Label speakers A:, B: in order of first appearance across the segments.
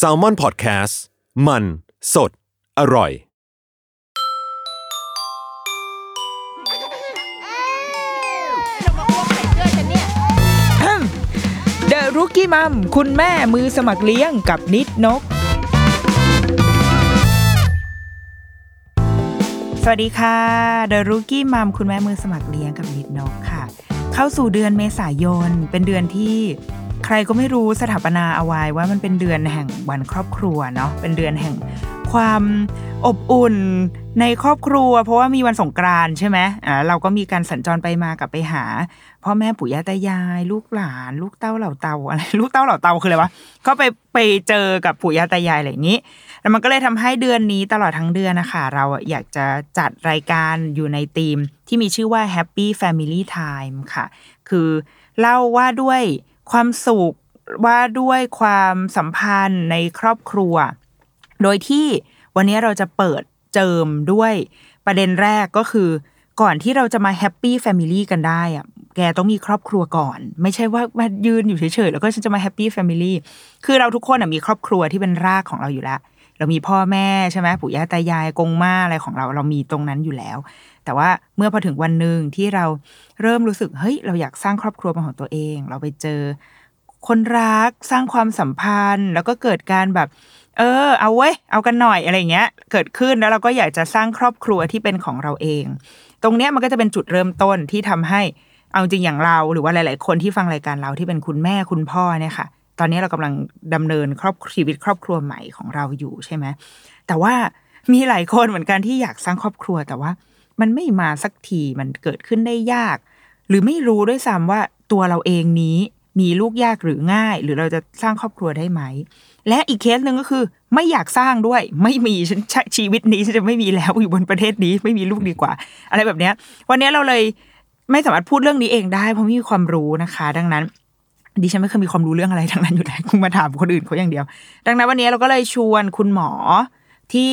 A: s a l m o n PODCAST มัน สด อร่อย
B: เดอะรุกี้มัมคุณแม่มือสมัครเลี้ยงกับนิดนก สวัสดีค่ะเดอะรุกี้มัมคุณแม่มือสมัครเลี้ยงกับนิดนกค่ะ เข้าสู่เดือนเมษายน เป็นเดือนที่ใครก็ไม่รู้สถาปนาเอาไว้ว่ามันเป็นเดือนแห่งวันครอบครัวเนาะเป็นเดือนแห่งความอบอุ่นในครอบครัว เพราะว่ามีวันสงกรานต์ใช่ไหมอ่าเราก็มีการสัญจรไปมากลับไปหา พ่อแม่ปู่ย่าตายาย ลูกหลาน ลูกเต้าเหล่าเตาอะไร ลูกเต้าเหล่าเตาคืออะไรวะก็ไปไปเจอกับปู่ย่าตายายอะไรอย่างนี้ แล้วมันก็เลยทำให้เดือนนี้ตลอดทั้งเดือนนะคะ เราอะอยากจะจัดรายการอยู่ในธีมที่มีชื่อว่า Happy Family Time ค่ะ คือเล่าว่าด้วยความสุขว่าด้วยความสัมพันธ์ในครอบครัว โดยที่วันนี้เราจะเปิดเจิมด้วยประเด็นแรกก็คือ ก่อนที่เราจะมาแฮปปี้แฟมิลี่กันได้อะแกต้องมีครอบครัวก่อน ไม่ใช่ว่ามายืนอยู่เฉยๆ แล้วก็ฉันจะมาแฮปปี้แฟมิลี่คือเราทุกคนอะมีครอบครัวที่เป็นรากของเราอยู่แล้ว เรามีพ่อแม่ใช่ไหมปู่ย่าตายายกงมาอะไรของเราเรามีตรงนั้นอยู่แล้ว แต่ว่าเมื่อพอถึงวันหนึ่งที่เราเริ่มรู้สึกเฮ้ยเราอยากสร้างครอบครัวเป็นของตัวเอง เราไปเจอ คนรักสร้างความสัมพันธ์ แล้วก็เกิดการแบบ เออ เอาเว้ยเอากันหน่อยอะไรเงี้ย เกิดขึ้นแล้วเราก็อยากจะสร้างครอบครัวที่เป็นของเราเอง ตรงเนี้ยมันก็จะเป็นจุดเริ่มต้นที่ทำให้ เอาจริงอย่างเราหรือว่าหลาย ๆ คนที่ฟังรายการเราที่เป็นคุณแม่คุณพ่อเนี่ยค่ะ ตอนนี้เรากำลังดำเนินครอบชีวิตครอบครัวใหม่ของเราอยู่ใช่ไหมแต่ว่ามีหลายคนเหมือนกันที่อยากสร้างครอบครัวแต่ว่า มันไม่มาสักทีมันเกิดขึ้นได้ยาก หรือไม่รู้ด้วยซ้ำว่าตัวเราเองนี้มีลูกยากหรือง่าย หรือเราจะสร้างครอบครัวได้ไหม และอีกเคสหนึ่งก็คือ ไม่อยากสร้างด้วย ไม่มีฉันใช้ชีวิตนี้ฉันจะไม่มีแล้วอยู่บนประเทศนี้ไม่มีลูกดีกว่า อะไรแบบเนี้ย วันนี้เราเลยไม่สามารถพูดเรื่องนี้เองได้ เพราะไม่มีความรู้นะคะ ดังนั้น ดิฉันไม่เคยมีความรู้เรื่องอะไรทั้งนั้นอยู่แล้วคุณมาถามคนอื่นเขาอย่างเดียว ดังนั้นวันนี้เราก็เลยชวนคุณหมอที่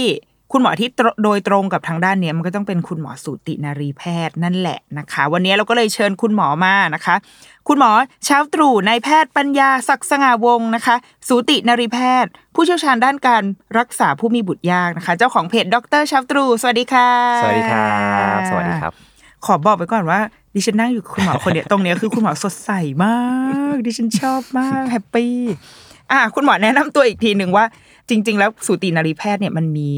B: คุณหมอที่ตรโดยตรงกับทางด้านเนี้ยมันก็ต้องเป็นคุณหมอสูตินารีแพทย์นั่นแหละนะคะ วันนี้เราก็เลยเชิญคุณหมอมานะคะ คุณหมอเช้าตรู่นายแพทย์ปัญญาศักดิ์สง่าวงศ์นะคะ สูตินารีแพทย์ ผู้เชี่ยวชาญด้านการรักษาผู้มีบุตรยากนะคะ เจ้าของเพจดรเช้าตรู่สวัสดีค่ะ
C: สวัสดีครับ สวัสดีครับ
B: ขอบอกไปก่อนว่า ดิฉันนั่งอยู่กับคุณหมอคนเนี้ย ตรงเนี้ยคือคุณหมอสดใสมาก ดิฉันชอบมากแฮปปี้อ่ะคุณหมอแนะนำตัวอีกทีหนึ่งว่า จริง ๆ แล้วสูตินารีแพทย์เนี่ยมันมี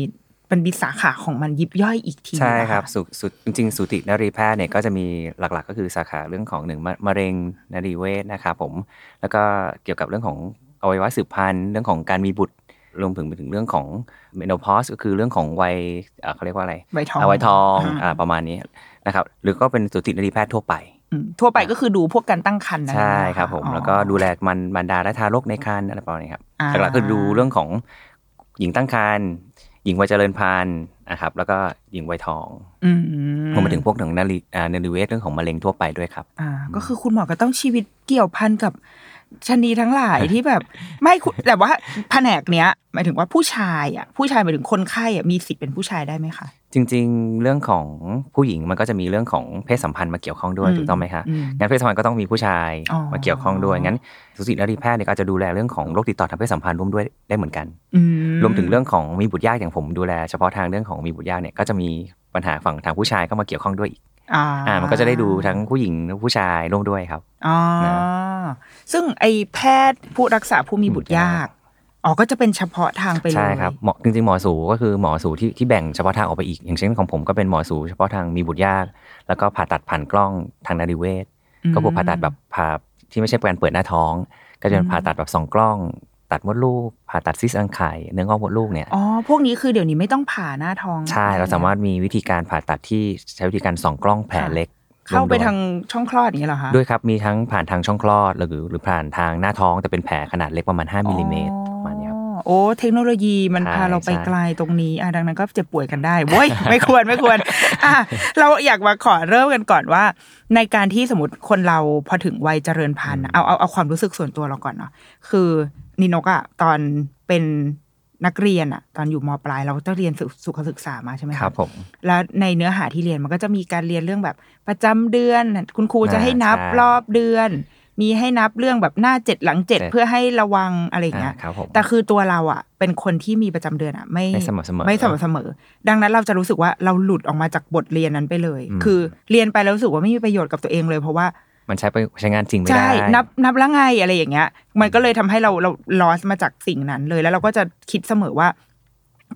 B: มันมีสาขาของมันยิบย่อยอีกที
C: ใช่
B: นะะ
C: ครับสุสุจริงๆ สูตินรีแพทย์เนี่ยก็จะมีหลักๆ ก็คือสาขาเรื่องของหนึ่งมะมะเร็งนรีเวชนะครับผม แล้วก็เกี่ยวกับเรื่องของอวัยวะสืบพันธุ์ เรื่องของการมีบุตร รวมถึงไปถึงเรื่องของเมโนพอสก็คือเรื่องของวัยเอ่อเขาเรียกว่าอะไร
B: วัยทอง
C: าวัยทอง
B: อ่า
C: อ่าประมาณนี้นะครับ หรือก็เป็นสูตินรีแพทย์ทั่วไป
B: อืมทั่วไปก็คือดูพวกการตั้งครรภ์นะ
C: ใช่ครับผม
B: อ๋อ
C: แล้วก็ดูแลมันบรรดาและทารกในครรภ์อะไรประมาณนี้ครับ
B: อ่า
C: หลักๆคือดูเรื่องของหญิงตั้งครรภ์หญิงวัยเจริญพันธุ์นะครับ แล้วก็หญิงวัยทอง
B: อื
C: รวมไปถึงพวกถึงนาฬิอ่านาฬิเวทเรื่องของมะเร็งทั่วไปด้วยครับ
B: อ่าก็คือคุณหมอก็ต้องชีวิตเกี่ยวพันกับชนีทั้งหลาย ที่แบบ ไม่คุณแต่ว่าแผนกเนี้ยหมายถึงว่าผู้ชายอ่ะผู้ชายหมายถึงคนไข้อ่ะมีสิทธิ์เป็นผู้ชายได้ไหมคะ
C: จริง ๆ เรื่องของผู้หญิงมันก็จะมีเรื่องของเพศสัมพันธ์มาเกี่ยวข้องด้วย
B: อืม
C: ถูกต้องไหมคะ
B: อืม
C: งั้นเพศสัมพันธ์ก็ต้องมีผู้ชาย
B: อ๋อ
C: มาเกี่ยวข้องด้วยงั้นสุตินรีแพทย์เนี่ยก็อาจจะดูแลเรื่องของโรคติดต่อทางเพศสัมพันธ์ร่วมด้วยได้เหมือนกัน
B: อื
C: รวมถึงเรื่องของมีบุตรยากอย่างผมดูแลเฉพาะทางเรื่องของมีบุตรยากเนี่ยก็จะมีปัญหาฝั่งทางผู้ชายก็มาเกี่ยวข้องด้วยอีก
B: อ่า
C: อ่ามันก็จะได้ดูทั้งผู้หญิงและผู้ชายร่วมด้วยครับ
B: อ๋อ
C: นะ
B: ซึ่งไอแพทย์ผู้รักษาผู้มีบุตรยาก อ๋อ ก็จะเป็นเฉพาะทางไปเลย
C: ใช่ครับหมอจริงๆหมอสูก็คือหมอสูที่ที่แบ่งเฉพาะทางออกไปอีก อย่างเช่นของผมก็เป็นหมอสูเฉพาะทางมีบุตรยาก แล้วก็ผ่าตัดผ่านกล้องทางนาริเวช
B: อืม
C: ก็คือผ่าตัดแบบผ่าที่ไม่ใช่การเปิดหน้าท้อง ก็จะเป็
B: อื
C: น
B: ม
C: ผ่าตัดแบบสองกล้อง ตัดมดลูก ผ่าตัดซิสอังไข่เนื้องอกมดลูกเนี่ย
B: อ๋อ พวกนี้คือเดี๋ยวนี้ไม่ต้องผ่าหน้าท้อง
C: ใช่เราสามารถมีวิธีการผ่าตัดที่ใช้วิธีการสองกล้องแผลเล็ก
B: เข้าไป
C: โดนๆ
B: ทางช่องคลอดอย่างเงี้ยเหรอคะ
C: ด้วยครับ มีทั้งผ่านทางช่องคลอดหรือหรือผ่านทางหน้าท้องแต่เป็นแผลขนาดเล็กประมาณ 5มิลลิเมตรประมาณเนี้ยครับ
B: อ๋อโอ้เทคโนโลยีมัน
C: ใช่
B: พาเราไป
C: ใช่
B: ไกลตรงนี้อ่ะดังนั้นก็เจ็บป่วยกันได้โว้ย ไม่ควรไม่ควรอ่ะเราอยากมาขอเริ่มกันก่อนว่า ในการที่สมมติคนเราพอถึงวัยเจริญพันธุ์อะเอาเอาเอาความรู้สึกส่วนตัวเราก่อนเนาะคือนินกอะตอนเป็นนักเรียนอะตอนอยู่มปลายเราก็ต้องเรียนสุสุขศึกษามาใช่ไหมะ
C: ครับผม
B: แล้วในเนื้อหาที่เรียนมันก็จะมีการเรียนเรื่องแบบประจำเดือน คุณครูจะ
C: อ่า
B: ให้นับ
C: ใช่
B: รอบเดือน มีให้นับเรื่องแบบหน้าเจ็ดหลังเจ็ด
C: เจ็ด
B: เพื่อให้ระวังอะไรอย่างเงี้ย
C: อ่าครับผม
B: แต่คือตัวเราอ่ะ เป็นคนที่มีประจำเดือนอ่ะ ไม่
C: ไม่สม่ำเสมอ
B: ไม่สม่ำเสมอ ดังนั้นเราจะรู้สึกว่าเราหลุดออกมาจากบทเรียนนั้นไปเลย
C: อืม
B: คือเรียนไปแล้วรู้สึกว่าไม่มีประโยชน์กับตัวเองเลยเพราะว่า
C: มันใช้ไปใช้งานจริงไม่
B: ใช่
C: ได้
B: นับนับแล้วไงอะไรอย่างเงี้ย มันก็เลยทำให้เราเราลอสมาจากสิ่งนั้นเลย แล้วเราก็จะคิดเสมอว่า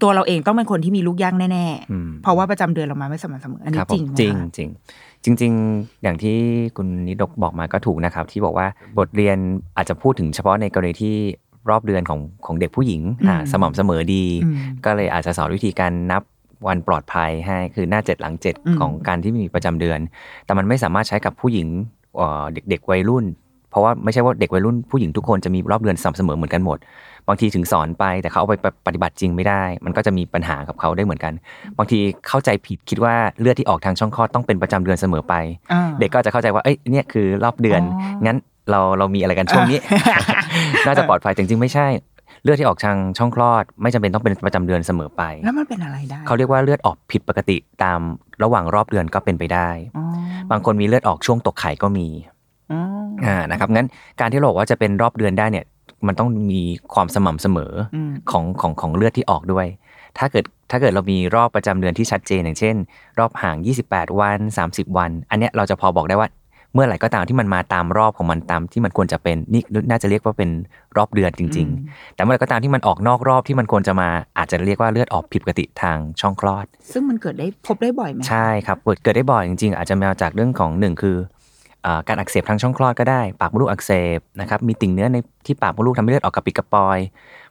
B: ตัวเราเองต้องเป็นคนที่มีลูกยากแน่
C: อืม
B: ๆ เพราะว่าประจำเดือนเรามาไม่สม่ำเสมอ อัน
C: ค
B: นี้
C: รับ
B: จ
C: ผ
B: ริ
C: ม
B: งไหม
C: จริง
B: คะ
C: จริงจริง ๆ อย่างที่คุณนิดกบอกมาก็ถูกนะครับ ที่บอกว่าบทเรียนอาจจะพูดถึงเฉพาะในกรณีที่รอบเดือนของของเด็กผู้หญิงอ่าสม่ำเสมอดี
B: อืม
C: ก็เลยอาจจะสอนวิธีการนับวันปลอดภัยให้คือหน้าเจ็ดหลังเจ็ด
B: อืม
C: ของการที่มีประจำเดือน แต่มันไม่สามารถใช้กับผู้หญิงเอ่อเด็กเด็กวัยรุ่น เพราะว่าไม่ใช่ว่าเด็กวัยรุ่นผู้หญิงทุกคนจะมีรอบเดือนสม่ำเสมอเหมือนกันหมด บางทีถึงสอนไปแต่เขาเอาไปปฏิบัติจริงไม่ได้ มันก็จะมีปัญหากับเขาได้เหมือนกัน บางทีเข้าใจผิดคิดว่าเลือดที่ออกทางช่องคลอดต้องเป็นประจำเดือนเสมอไป
B: อ่า
C: เด็กก็จะเข้าใจว่า เอ้ย เนี่ยคือรอบเดือน
B: อ๋อ
C: งั้นเราเรามีอะไรกันช่วง นี้ น่าจะปลอดภัยแต่จริงๆ ไม่ใช่ เลือดที่ออกทางช่องคลอด ไม่จำเป็นต้องเป็นประจำเดือนเสมอไป
B: แล้วมันเป็นอะไรได้
C: เขาเรียกว่าเลือดออกผิดปกติตามระหว่างรอบเดือนก็เป็นไปได้
B: อ๋อบ
C: างคนมีเลือดออกช่วงตกไข่ก็มี
B: อ๋อ
C: อ่า นะครับ งั้นการที่เราบอกว่าจะเป็นรอบเดือนได้เนี่ย มันต้องมีความสม่ำเสมออ
B: อืม
C: ของของของเลือดที่ออกด้วย ถ้าเกิดถ้าเกิดเรามีรอบประจำเดือนที่ชัดเจนอย่างเช่น รอบห่าง 28 วัน 30 วัน อันเนี้ยเราจะพอบอกได้ว่าเมื่อไหร่ก็ตามที่มันมาตามรอบของมันตามที่มันควรจะเป็นนี่น่าจะเรียกว่าเป็นรอบเดือนจริง ๆ แต่เมื่อไหร่ก็ตามที่มันออกนอกรอบที่มันควรจะมาอาจจะเรียกว่าเลือดออกผิดปกติทางช่องคลอด
B: ซึ่งมันเกิดได้พบได้บ่อยไหมคะ
C: ใช่ครับเกิดเกิดได้บ่อยจริงๆ อาจจะมาจากเรื่องของหนึ่งคืออ่าการอักเสบทางช่องคลอดก็ได้ ปากมดลูกอักเสบนะครับมีติ่งเนื้อในที่ปากมดลูกทำให้เลือดออกกระปิดกระปอย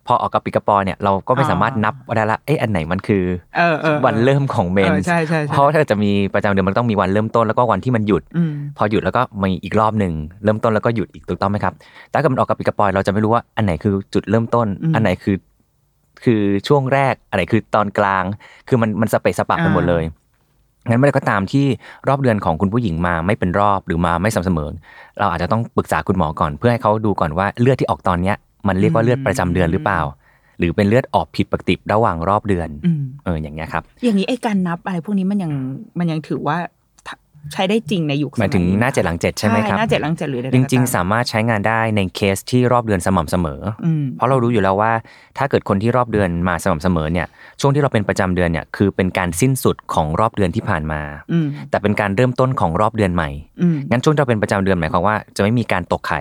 C: พอออกกระปิดกระปอยเนี่ยเราก็ไม่สามารถนับได้ละเอ๊ะอันไหนมันคือ
B: เออเออ
C: วันเริ่มของเมน
B: ออ
C: ส์
B: ใช่ใช่ใช่
C: เพราะถ้าจะมีประจำเดือนมันต้องมีวันเริ่มต้นแล้วก็วันที่มันหยุด
B: อืม
C: พอหยุดแล้วก็มีอีกรอบหนึ่งเริ่มต้นแล้วก็หยุดอีกถูกต้องไหมครับแต่ถ้าเกิดมันออกกระปิดกระปอยเราจะไม่รู้ว่าอันไหนคือจุดเริ่มต้น
B: อืม
C: อันไหนคือ คือช่วงแรก อันไหนคือตอนกลาง คือมันมันสเปะสปะไป
B: อ่า
C: หมดเลยงั้นเมื่อไหรก็ตามที่รอบเดือนของคุณผู้หญิงมาไม่เป็นรอบหรือมาไม่สม่ำเสมอเราอาจจะต้องปรึกษาคุณหมอก่อน เพื่อให้เขาดูก่อนว่าเลือดที่ออกตอนเนี้ย มันเรียกว่าเลือดประจำเดือนหรือเปล่า หรือเป็นเลือดออกผิดปกติระหว่างรอบเดือน
B: อืม
C: เอออย่างเงี้ยครับ
B: อย่างนี้ไอ้การนับอะไรพวกนี้มันยังมันยังถือว่าใช้ได้จริงในยุคส
C: หมายถึง
B: นี้
C: หน้าเจ็ดหลังเจ็ดใช่ไหมครับ
B: หน้าเจ็ดหลังเจ็ดหรืออะไรก็
C: จ
B: ตาม
C: ริงๆ สามารถใช้งานได้ในเคสที่รอบเดือนสม่ำเสมออ
B: อืม
C: เพราะเรารู้อยู่แล้วว่า ถ้าเกิดคนที่รอบเดือนมาสม่ำเสมอเนี่ยช่วงที่เราเป็นประจำเดือนเนี่ยคือเป็นการสิ้นสุดของรอบเดือนที่ผ่านมา
B: อืม
C: แต่เป็นการเริ่มต้นของรอบเดือนใหม่
B: อืม
C: งั้นช่วงที่เราเป็นประจำเดือนหมายความว่าจะไม่มีการตกไข่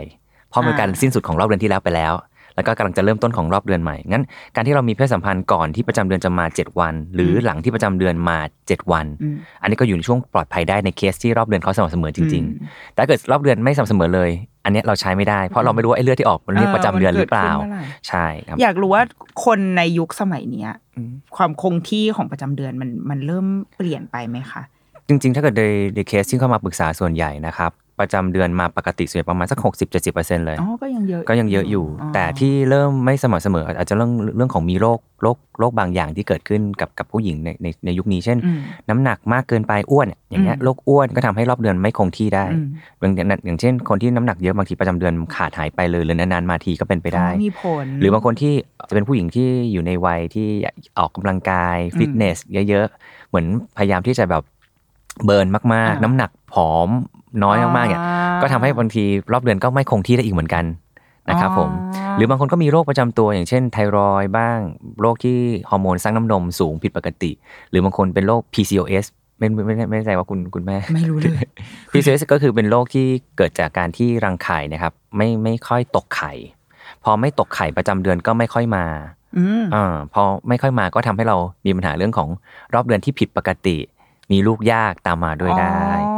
C: เพราะมันการสิ้นสุดของรอบเดือนที่แล้วไปแล้ว แล้วก็กำลังจะเริ่มต้นของรอบเดือนใหม่งั้นการที่เรามีเพศสัมพันธ์ก่อนที่ประจำเดือนจะมา 7 วัน หรือหลังที่ประจำเดือนมา 7 วัน
B: อืม
C: อันนี้ก็อยู่ในช่วงปลอดภัยได้ในเคสที่รอบเดือนเขาสม่ำเสมอจริง ๆ
B: อืม
C: แต่ถ้าเกิดรอบเดือนไม่สม่ำเสมอเลย อันเนี้ยเราใช้ไม่ได้ เพราะเราไม่รู้ว่าไอ้เลือดที่ออกมันเรียกประจำเดือนหรือเปล่า
B: มันกิดขึ้นมื่อไหร่
C: ใช่ครับ
B: อยากรู้ว่าคนในยุคสมัยเนี้ย
C: อืม
B: ความคงที่ของประจำเดือนมันมันเริ่มเปลี่ยนไปไหมคะ
C: จริงๆ ถ้าเกิดในในเคสที่เข้ามาปรึกษาส่วนใหญ่นะครับ ประจำเดือนมาปกติส่วนใหญ่ประมาณสัก 60-70%เลย
B: อ๋อ ก็ยังเยอะ
C: ก็ยังเยอะอยู่ แต่ที่เริ่มไม่สม่ำเสมอ อาจจะเรื่องเรื่องของมีโรคโรคโรคบางอย่างที่เกิดขึ้นกับกับผู้หญิงในในในยุคนี้ เช่น
B: อืม
C: น้ำหนักมากเกินไปอ้วน อย่างเงี้ย
B: อืม
C: โรคอ้วนก็ทำให้รอบเดือนไม่คงที่ได้
B: อืม
C: บางอย่างนั้นอย่างเช่น คนที่น้ำหนักเยอะบางทีประจำเดือนขาดหายไปเลยหรือนานๆมาทีก็เป็นไปได้
B: อ๋อมีผล
C: หรือบางคนที่จะเป็นผู้หญิงที่อยู่ในวัยที่ออกกำลังกาย
B: อืม
C: ฟิตเนสเยอะๆ เหมือนพยายามที่จะแบบเบิร์นมาก
B: อ่า
C: ๆ น้ำหนักผอมน้อยมากๆเนี่ยก็ทำให้บางทีรอบเดือนก็ไม่คงที่ได้อีกเหมือนกันนะครับผม
B: อ๋
C: หรือบางคนก็มีโรคประจำตัวอย่างเช่นไทรอยด์บ้าง โรคที่ฮอร์โมนสร้างน้ำนมสูงผิดปกติ หรือบางคนเป็นโรค PCOS ไม่ไม่ไม่ไม่แน่ใจว่าคุณคุณแม่
B: ไม่รู้เลย
C: PCOS ก็คือเป็นโรคที่เกิดจากการที่รังไข่นะครับ ไม่ไม่ค่อยตกไข่ พอไม่ตกไข่ประจำเดือนก็ไม่ค่อยมา
B: อืม
C: อ่าพอไม่ค่อยมาก็ทำให้เรามีปัญหาเรื่องของรอบเดือนที่ผิดปกติ มีลูกยากตามมาด้วยได้
B: อ๋อ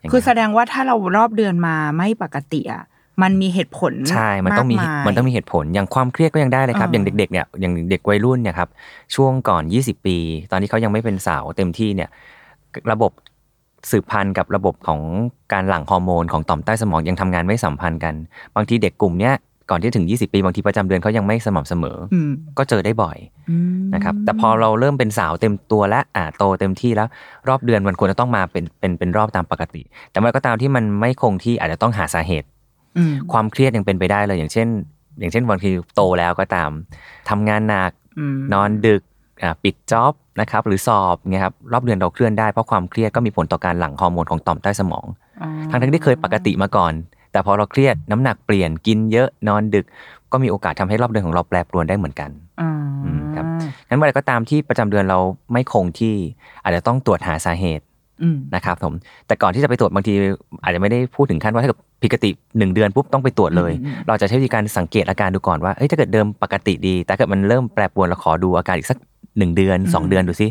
C: อย่างเงี้ย
B: คือแสดงว่าถ้าเรารอบเดือนมาไม่ปกติอ่ะมันมีเหตุผล
C: ใช่ มันต้องมี
B: ากาย
C: มันต้องมีเหตุผลอย่างความเครียดก็ยังได้เลยครับ
B: อ่า
C: อย่างเด็กๆเนี่ยอย่างเด็กวัยรุ่นเนี่ยครับช่วงก่อน 20 ปี ตอนที่เขายังไม่เป็นสาวเต็มที่เนี่ยระบบ สืบพันธุ์กับระบบของการหลั่งฮอร์โมนของต่อมใต้สมองยังทำงานไม่สัมพันธ์กัน บางทีเด็กกลุ่มเนี้ยก่อนที่จะถึง 20 ปีบางทีประจำเดือนเขายังไม่สม่ำเสมออ
B: อืม
C: ก็เจอได้บ่อย
B: อืม
C: นะครับแต่พอเราเริ่มเป็นสาวเต็มตัวและอ่าโตเต็มที่แล้ว รอบเดือนมันควรจะต้องมาเป็นเป็นเป็นรอบตามปกติ แต่เมื่อก็ตามที่มันไม่คงที่อาจจะต้องหาสาเหตุ
B: อืม
C: ความเครียดยังเป็นไปได้เลย อย่างเช่น อย่างเช่นบางทีโตแล้วก็ตามทำงานหนัก
B: ม
C: นอนดึกอ่าปิดจ็อบนะครับหรือสอบเงี้ยครับรอบเดือนเราเคลื่อนได้เพราะความเครียดก็มีผลต่อการหลั่งฮอร์โมนของต่อมใต้สมอง
B: อ๋อ
C: ทั้งทั้งๆที่เคยปกติมาก่อน แต่พอเราเครียดน้ำหนักเปลี่ยนกินเยอะนอนดึก ก็มีโอกาสทำให้รอบเดือนของเราแปรปรวนได้เหมือนกัน
B: อื
C: อื
B: ม
C: มครับ งั้นเมื่อไหรก็ตามที่ประจำเดือนเราไม่คงที่อาจจะต้องตรวจหาสาเหตุ
B: อืม
C: นะครับผมแต่ก่อนที่จะไปตรวจบางที อาจจะไม่ได้พูดถึงขั้นว่าถ้าเกิดผิดปกติหนึ่งเดือนปุ๊บต้องไปตรวจเลย
B: อืม
C: เราจะใช้วิธีการสังเกตอาการดูก่อนว่าเอ้ยถ้าเกิดเดิมปกติดี แต่เกิดมันเริ่มแปรปรวนเราขอดูอาการอีกสักหนึ่งเดือน 2 เดือนดูซิ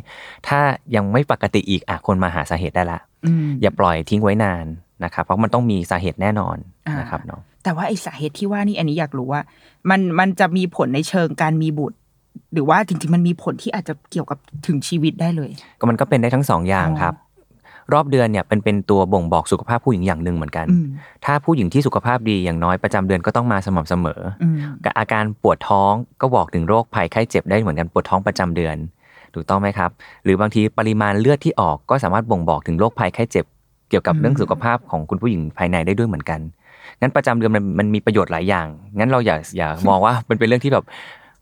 C: ถ้ายังไม่ปกติอีกอ่ะควรมาหาสาเหตุได้ละ
B: อืม
C: อย่าปล่อยทิ้งไว้นานนะครับ เพราะมันต้องมีสาเหตุแน่นอน
B: อ่าน
C: นะครับเนาะ
B: แต่ว่าไอสาเหตุที่ว่านี่อันนี้อยากรู้ว่า มันมันจะมีผลในเชิงการมีบุตร หรือว่าจริงๆมันมีผลที่อาจจะเกี่ยวกับถึงชีวิตได้เลย
C: ก็มันก็เป็นได้ทั้งสองอย่างครับ รอบเดือนเนี่ยเป็นเป็นตัวบ่งบอกสุขภาพผู้หญิงอย่างหนึ่งเหมือนกัน
B: อืม
C: ถ้าผู้หญิงที่สุขภาพดีอย่างน้อยประจำเดือนก็ต้องมาสม่ำเสมอ
B: อืม
C: กับอาการปวดท้องก็บอกถึงโรคภัยไข้เจ็บได้เหมือนกันปวดท้องประจำเดือนถูกต้องไหมครับ หรือบางทีปริมาณเลือดที่ออกก็สามารถบ่งบอกถึงโรคภัยไข้เจ็บ เกี่ยวกับเรื่องสุขภาพของคุณผู้หญิงภายในได้ด้วยเหมือนกันงั้นประจำเดือนมันมันมีประโยชน์หลายอย่าง งั้นเราอย่าอย่ามองว่ามันเป็นเรื่องที่แบบ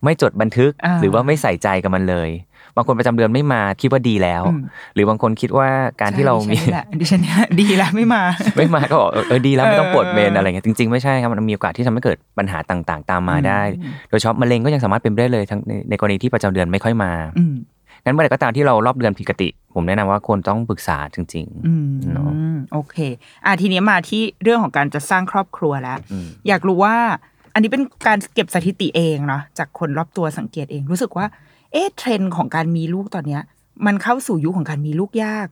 C: ไม่จดบันทึก หรือว่าไม่ใส่ใจกับมันเลย บางคนประจำเดือนไม่มาคิดว่าดีแล้ว
B: อืม
C: หรือบางคนคิดว่าการที่เรามี
B: ใช่ดิฉันนี่แหละดิฉันเนี่ย ดีแล้วไม่มา
C: ไม่มาก็บอกเออเออดีแล้วไม่ต้องปวดเมน
B: เอออ
C: อะไรเงี้ยจริงๆไม่ใช่ครับมันมีโอกาสที่ทำให้เกิดปัญหาต่างๆ ตามมาได้ โดยเฉพาะมะเร็งก็ยังสามารถเป็นไปได้เลยทั้งในในกรณีที่ประจำเดือนไม่ค่อยมา
B: อืม
C: งั้นเมื่อไหร่ก็ตามที่เรารอบเดือนผิดปกติ ผมแนะนำว่าควรต้องปรึกษาจริง
B: อืม
C: เนอะ
B: โอเค อ่ะทีนี้มาที่เรื่องของการจะสร้างครอบครัวแล้ว
C: ๆอืม
B: อยากรู้ว่า อันนี้เป็นการเก็บสถิติเองเนาะจากคนรอบตัวสังเกตเองรู้สึกว่า เอ๊ะเทรนด์ของการมีลูกตอนเนี้ย มันเข้าสู่ยุคของการมีลูกยาก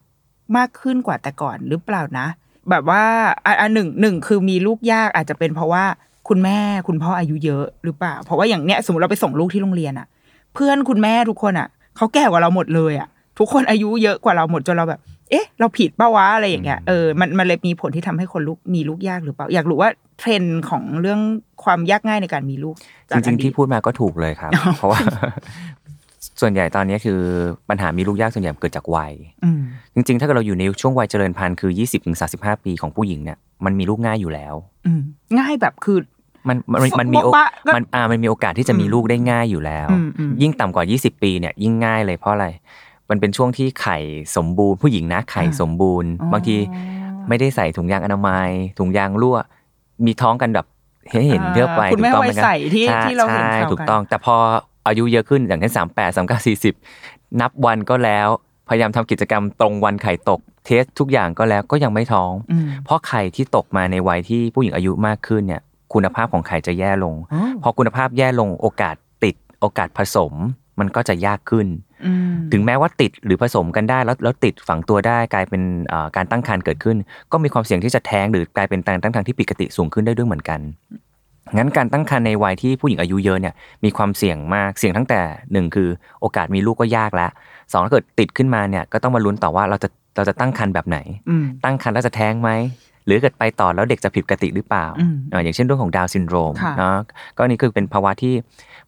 B: มากขึ้นกว่าแต่ก่อนหรือเปล่านะ แบบว่าอ่ะอ่ะหนึ่งหนึ่งคือมีลูกยากอาจจะเป็นเพราะว่าคุณแม่คุณพ่ออายุเยอะหรือเปล่า เพราะว่าอย่างเนี้ยสมมติเราไปส่งลูกที่โรงเรียนอะเพื่อนคุณแม่ทุกคนอะเขาแก่กว่าเราหมดเลยอะทุกคนอายุเยอะกว่าเราหมดจนเราแบบ เอ๊ะ เราผิดปะวะอะไรอย่างเงี้ย
C: อืม
B: เออมันมันเลยมีผลที่ทำให้คนลูกมีลูกยากหรือเปล่า อยากรู้ว่าเทรนด์ของเรื่องความยากง่ายในการมีลูก
C: จริงๆที่พูดมาก็ถูกเลยครับ เพราะว่า ส่วนใหญ่ตอนนี้คือปัญหามีลูกยากส่วนใหญ่เกิดจากวัย
B: อืม
C: จริงๆ ถ้าเกิดเราอยู่ในช่วงวัยเจริญพันธุ์คือ 20-35 ปีของผู้หญิงเนี่ยมันมีลูกง่ายอยู่แล้ว
B: อืมง่ายแบบคือ
C: มันมันมันมีโอ
B: โบ๊ะบะก็
C: มันอ่ามันมีโอกาสที่จะมี
B: อืม
C: ลูกได้ง่ายอยู่แล้ว
B: อืมอืม
C: ยิ่งต่ำกว่า 20 ปีเนี่ยยิ่งง่ายเลยเพราะอะไร มันเป็นช่วงที่ไข่สมบูรณ์ผู้หญิงนะไข่สมบูรณ์ บางทีไม่ได้ใส่ถุงยางอนามัย ถุงยางรั่ว มีท้องกันแบบเห็นเห็นเยอะไป
B: คุณ
C: ถู
B: แม่
C: กต้อง
B: วั
C: ไหม
B: ย
C: ครั
B: ใส
C: บ
B: ที่
C: ใช่
B: ที่เราเห็นข่าว
C: ใช่
B: น
C: ถูกต้อง แต่พออายุเยอะขึ้นอย่างเช่นสามแปดสามเก้าสี่สิบนับวันก็แล้ว พยายามทำกิจกรรมตรงวันไข่ตก เทสทุกอย่างก็แล้วก็ยังไม่ท้อง
B: อืม
C: เพราะไข่ที่ตกมาในวัยที่ผู้หญิงอายุมากขึ้นเนี่ย คุณภาพของไข่จะแย่ลง พอคุณภาพแย่ลงโอกาสติดโอกาสผสม มันก็จะยากขึ้น
B: อืม
C: ถึงแม้ว่าติดหรือผสมกันได้แล้วแล้วติดฝังตัวได้กลายเป็นเอ่อการตั้งครรภ์เกิดขึ้น ก็มีความเสี่ยงที่จะแท้งหรือกลายเป็นการตั้งครรภ์ที่ผิดปกติสูงขึ้นได้ด้วยเหมือนกันงั้นการตั้งครรภ์ในวัยที่ผู้หญิงอายุเยอะเนี่ยมีความเสี่ยงมากเสี่ยงตั้งแต่หนึ่งคือโอกาสมีลูกก็ยากแล้วสองถ้าเกิดติดขึ้นมาเนี่ยก็ต้องมาลุ้นต่อว่าเราจะเราจะตั้งครรภ์แบบไหน
B: อืม
C: ตั้งครรภ์แล้วจะแท้งไหม หรือเกิดไปต่อแล้วเด็กจะผิดปกติหรือเปล่า
B: อืม
C: เอ่ออย่างเช่นเรื่องของดาวน์ซินโดรม
B: ค่ะ
C: เนาะก็นี่คือเป็นภาวะที่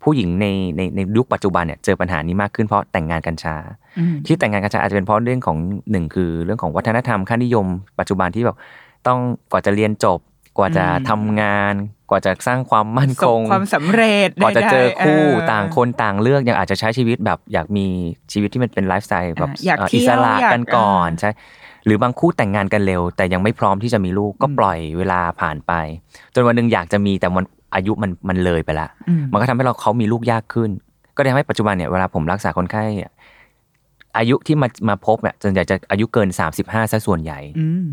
C: ผู้หญิงในในในยุคปัจจุบันเนี่ยเจอปัญหานี้มากขึ้นเพราะแต่งงานกันช้า
B: อืม
C: ที่แต่งงานกันช้าอาจจะเป็นเพราะเรื่องของหนึ่งคือเรื่องของวัฒนธรรมค่านิยม ปัจจุบันที่แบบต้องกว่าจะเรียนจบ กว่าจะ
B: อืม
C: ทำงาน กว่าจะสร้างความมั่น
B: ส
C: ค
B: บ
C: ง
B: ความสำเร็จ
C: ก่อนจะ
B: ใดๆ
C: เจอคู่
B: เออ
C: ต่างคนต่างเลือกยังอาจจะใช้ชีวิตแบบอยากมีชีวิตที่มันเป็นไลฟ์สไตล์แบบ
B: อ่าอยาก
C: เอ่อ
B: เที่
C: อิ
B: ยว
C: สระ
B: อยาก
C: กันก่อน
B: อ่า
C: ใช่หรือบางคู่แต่งงานกันเร็ว แต่ยังไม่พร้อมที่จะมีลูกก็
B: อืม
C: ปล่อยเวลาผ่านไป จนวันหนึ่งอยากจะมีแต่มันอายุมันมันเลยไปละ
B: อืม
C: มันก็ทำให้เราเขามีลูกยากขึ้น ก็เลยทำให้ปัจจุบันเนี่ยเวลาผมรักษาคนไข้อะอายุที่มามาพบเนี่ยส่วนใหญ่จะอายุเกิน 35ซะส่วนใหญ่
B: อืม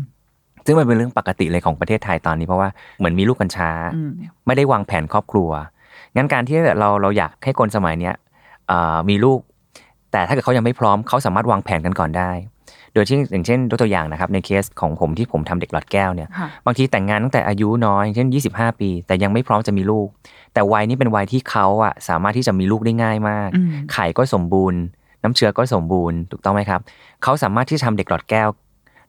C: ซึ่งมันเป็นเรื่องปกติเลยของประเทศไทยตอนนี้เพราะว่าเหมือนมีลูกกันช้า
B: อืม
C: ไม่ได้วางแผนครอบครัว งั้นการที่เราเราอยากให้คนสมัยเนี้ยเอ่อมีลูก แต่ถ้าเกิดเขายังไม่พร้อมเขาสามารถวางแผนกันก่อนได้ โดยที่อย่างเช่นยกตัวอย่างนะครับในเคสของผมที่ผมทำเด็กหลอดแก้วเนี่ย
B: ค่ะ
C: บางทีแต่งงานตั้งแต่อายุน้อยอย่างเช่น 25 ปี แต่ยังไม่พร้อมจะมีลูก แต่วัยนี้เป็นวัยที่เขาอะสามารถที่จะมีลูกได้ง่ายมาก
B: อืม
C: ไข่ก็สมบูรณ์ น้ำเชื้อก็สมบูรณ์ถูกต้องไหมครับ เขาสามารถที่จะทำเด็กหลอดแก้ว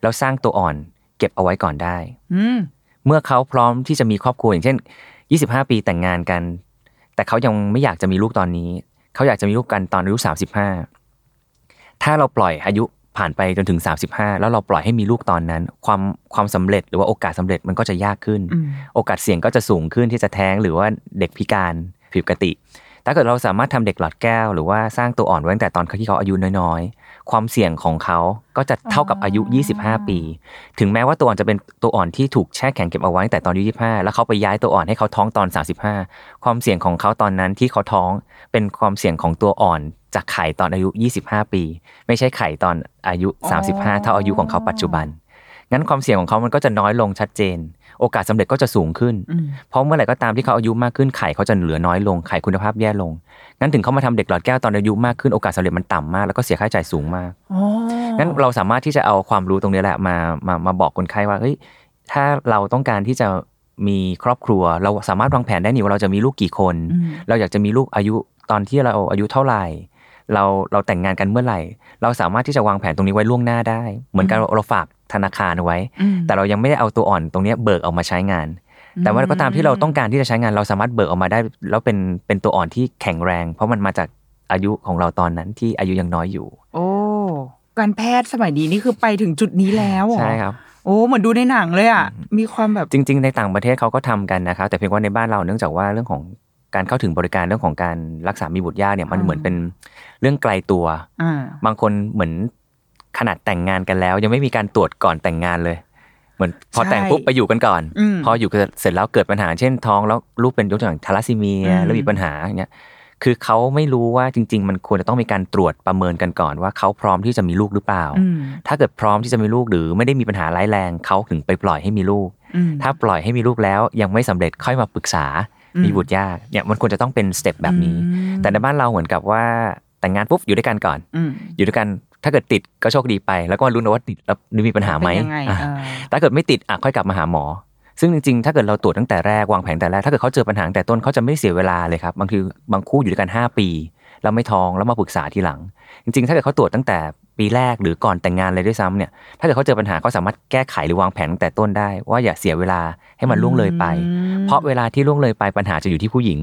C: แล้วสร้างตัวอ่อนเก็บเอาไว้ก่อนได้
B: อืม
C: เมื่อเขาพร้อมที่จะมีครอบครัวอย่างเช่น 25 ปีแต่งงานกัน แต่เขายังไม่อยากจะมีลูกตอนนี้ เขาอยากจะมีลูกกันตอนอายุ 35 ถ้าเราปล่อยอายุผ่านไปจนถึง 35 แล้วเราปล่อยให้มีลูกตอนนั้น ความความสำเร็จหรือว่าโอกาสสำเร็จมันก็จะยากขึ้น
B: อืม
C: โอกาสเสี่ยงก็จะสูงขึ้นที่จะแท้งหรือว่าเด็กพิการผิดปกติ ถ้าเกิดเราสามารถทำเด็กหลอดแก้ว หรือว่าสร้างตัวอ่อนไว้ตั้งแต่ตอนที่เขาอายุน้อยๆ ความเสี่ยงของเขาก็จะเท่ากับอายุ
B: อ๋อ
C: 25 ปี ถึงแม้ว่าตัวอ่อนจะเป็นตัวอ่อนที่ถูกแช่แข็งเก็บเอาไว้ตั้งแต่ตอนอายุ25 แล้วเขาไปย้ายตัวอ่อนให้เขาท้องตอน 35 ความเสี่ยงของเขาตอนนั้นที่เขาท้องเป็นความเสี่ยงของตัวอ่อนจากไข่ตอนอายุ 25 ปี ไม่ใช่ไข่ตอนอายุ 35 เท่าอายุของเขาปัจจุบัน งั้นความเสี่ยงของเขามันก็จะน้อยลงชัดเจน โอกาสสำเร็จก็จะสูงขึ้น
B: อืม
C: เพราะเมื่อไหร่ก็ตามที่เขาอายุมากขึ้นไข่เขาจะเหลือน้อยลงไข่คุณภาพแย่ลง งั้นถึงเขามาทำเด็กหลอดแก้วตอนอายุมากขึ้นโอกาสสำเร็จมันต่ำมากแล้วก็เสียค่าใช้จ่ายสูงมาก
B: อ๋อ
C: งั้นเราสามารถที่จะเอาความรู้ตรงนี้แหละมามามาบอกคนไข้ว่าเฮ้ยถ้าเราต้องการที่จะมีครอบครัว เราสามารถวางแผนได้นี่ว่าเราจะมีลูกกี่คน
B: อืม
C: เราอยากจะมีลูกอายุตอนที่เราอายุเท่าไหร่ เราเราแต่งงานกันเมื่อไหร่ เราสามารถที่จะวางแผนตรงนี้ไว้ล่วงหน้าได้ เหมือนกับ
B: อืม
C: เราฝากธนาคารเอาไว้
B: อืม
C: แต่เรายังไม่ได้เอาตัวอ่อนตรงเนี้ยเบิกออกมาใช้งาน แต่ว่าก็ตามที่เราต้องการที่จะใช้งานเราสามารถเบิกออกมาได้ แล้วเป็นเป็นตัวอ่อนที่แข็งแรง เพราะมันมาจากอายุของเราตอนนั้นที่อายุยังน้อยอยู่
B: โอ้ การแพทย์สมัยนี้นี่คือไปถึงจุดนี้แล้วเหอ
C: ใช่ครับ
B: โอ้ เหมือนดูในหนังเลยอ่ะ มีความแบบ
C: จริง ๆ ในต่างประเทศเขาก็ทำกันนะครับแต่เพียงว่าในบ้านเราเนื่องจากว่าเรื่องของการเข้าถึงบริการเรื่องของการรักษามีบุตรยากเนี่ยมัน
B: อ่า
C: เหมือนเป็นเรื่องไกลตัว
B: อ่า
C: บางคนเหมือนขนาดแต่งงานกันแล้ว ยังไม่มีการตรวจก่อนแต่งงานเลย เหมือนพอ
B: ใช่
C: แต่งปุ๊บไปอยู่กันก่อน
B: อืม
C: พออยู่กันเสร็จแล้วเกิดปัญหา เช่นท้องแล้วลูกเป็นยกตัวอย่างทาลัสซีเมีย
B: อืม
C: แล้วมีปัญหาอย่างเงี้ยคือเขาไม่รู้ว่าจริง ๆ มันควรจะต้องมีการตรวจประเมินกันก่อน ว่าเขาพร้อมที่จะมีลูกหรือเปล่า
B: อืม
C: ถ้าเกิดพร้อมที่จะมีลูกหรือไม่ได้มีปัญหาร้ายแรงเขาถึงไปปล่อยให้มีลูก
B: อืม
C: ถ้าปล่อยให้มีลูกแล้วยังไม่สำเร็จค่อยมาปรึกษา
B: อืม
C: มีบุตรยากเนี่ยมันควรจะต้องเป็นสเต็ปแบบนี้
B: อืม
C: แต่ในบ้านเราเหมือนกับว่าแต่งงานปุ๊บอยู่ด้วยกันก่อน
B: อืม
C: อยู่ด้วยกันถ้าเกิดติดก็โชคดีไป แล้วก็มารู้นะว่าติดแล้วมีปัญหาไหม
B: เป็นยังไง
C: อ่ะ
B: เออ
C: ถ้าเกิดไม่ติดอ่ะค่อยกลับมาหาหมอ ซึ่งจริงๆ ถ้าเกิดเราตรวจตั้งแต่แรกวางแผนแต่แรกถ้าเกิดเขาเจอปัญหาตั้งแต่ต้นเขาจะไม่เสียเวลาเลยครับบางทีบางคู่อยู่ด้วยกัน 5 ปี แล้วไม่ท้องแล้วมาปรึกษาทีหลัง จริงๆ ถ้าเกิดเขาตรวจตั้งแต่ปีแรกหรือก่อนแต่งงานเลยด้วยซ้ำเนี่ยถ้าเกิดเขาเจอปัญหาเขาสามารถแก้ไขหรือวางแผนตั้งแต่ต้นได้ ว่าอย่าเสียเวลาให้มันล่วงเลยไป
B: อืม
C: เพราะเวลาที่ล่วงเลยไปปัญหาจะอยู่ที่ผู้หญิง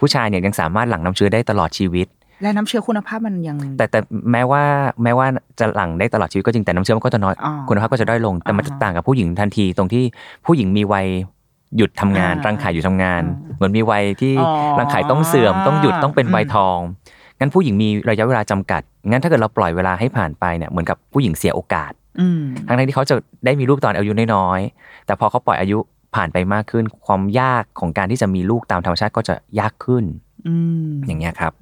C: ผู้ชายเนี่ยยังสามารถหลั่งน้ำเชื้อได้ตลอดชีวิต
B: และน้ำเชื้อคุณภาพมันยัง
C: แต่แต่แม้ว่าแม้ว่าจะหลั่งได้ตลอดชีวิตก็จริงแต่น้ำเชื้อมันก็จะน้อย
B: อ๋อ
C: คุณภาพก็จะด้อยลงแต่มันจะ
B: อ่าฮะ
C: ต่างกับผู้หญิงทันทีตรงที่ผู้หญิงมีวัยหยุดทำงาน
B: อ่า
C: ร่างกายอยู่ทำงาน
B: อ่า
C: เหมือนมีวัยที่
B: อ๋อ
C: ร่างกายต้องเสื่อมต้องหยุดต้องเป็นวัย
B: อืม
C: ทองงั้นผู้หญิงมีระยะเวลาจำกัดงั้นถ้าเกิดเราปล่อยเวลาให้ผ่านไปเนี่ยเหมือนกับผู้หญิงเสียโอกาส
B: อืม
C: ทั้งๆที่เขาจะได้มีลูกตอนอายุน้อยๆ แต่พอเขาปล่อยอายุผ่านไปมากขึ้น ความยากของการที่จะมีลูกตามธรรมชาติก็จะยากขึ้น
B: อืม
C: อย่างเงี้ยครับ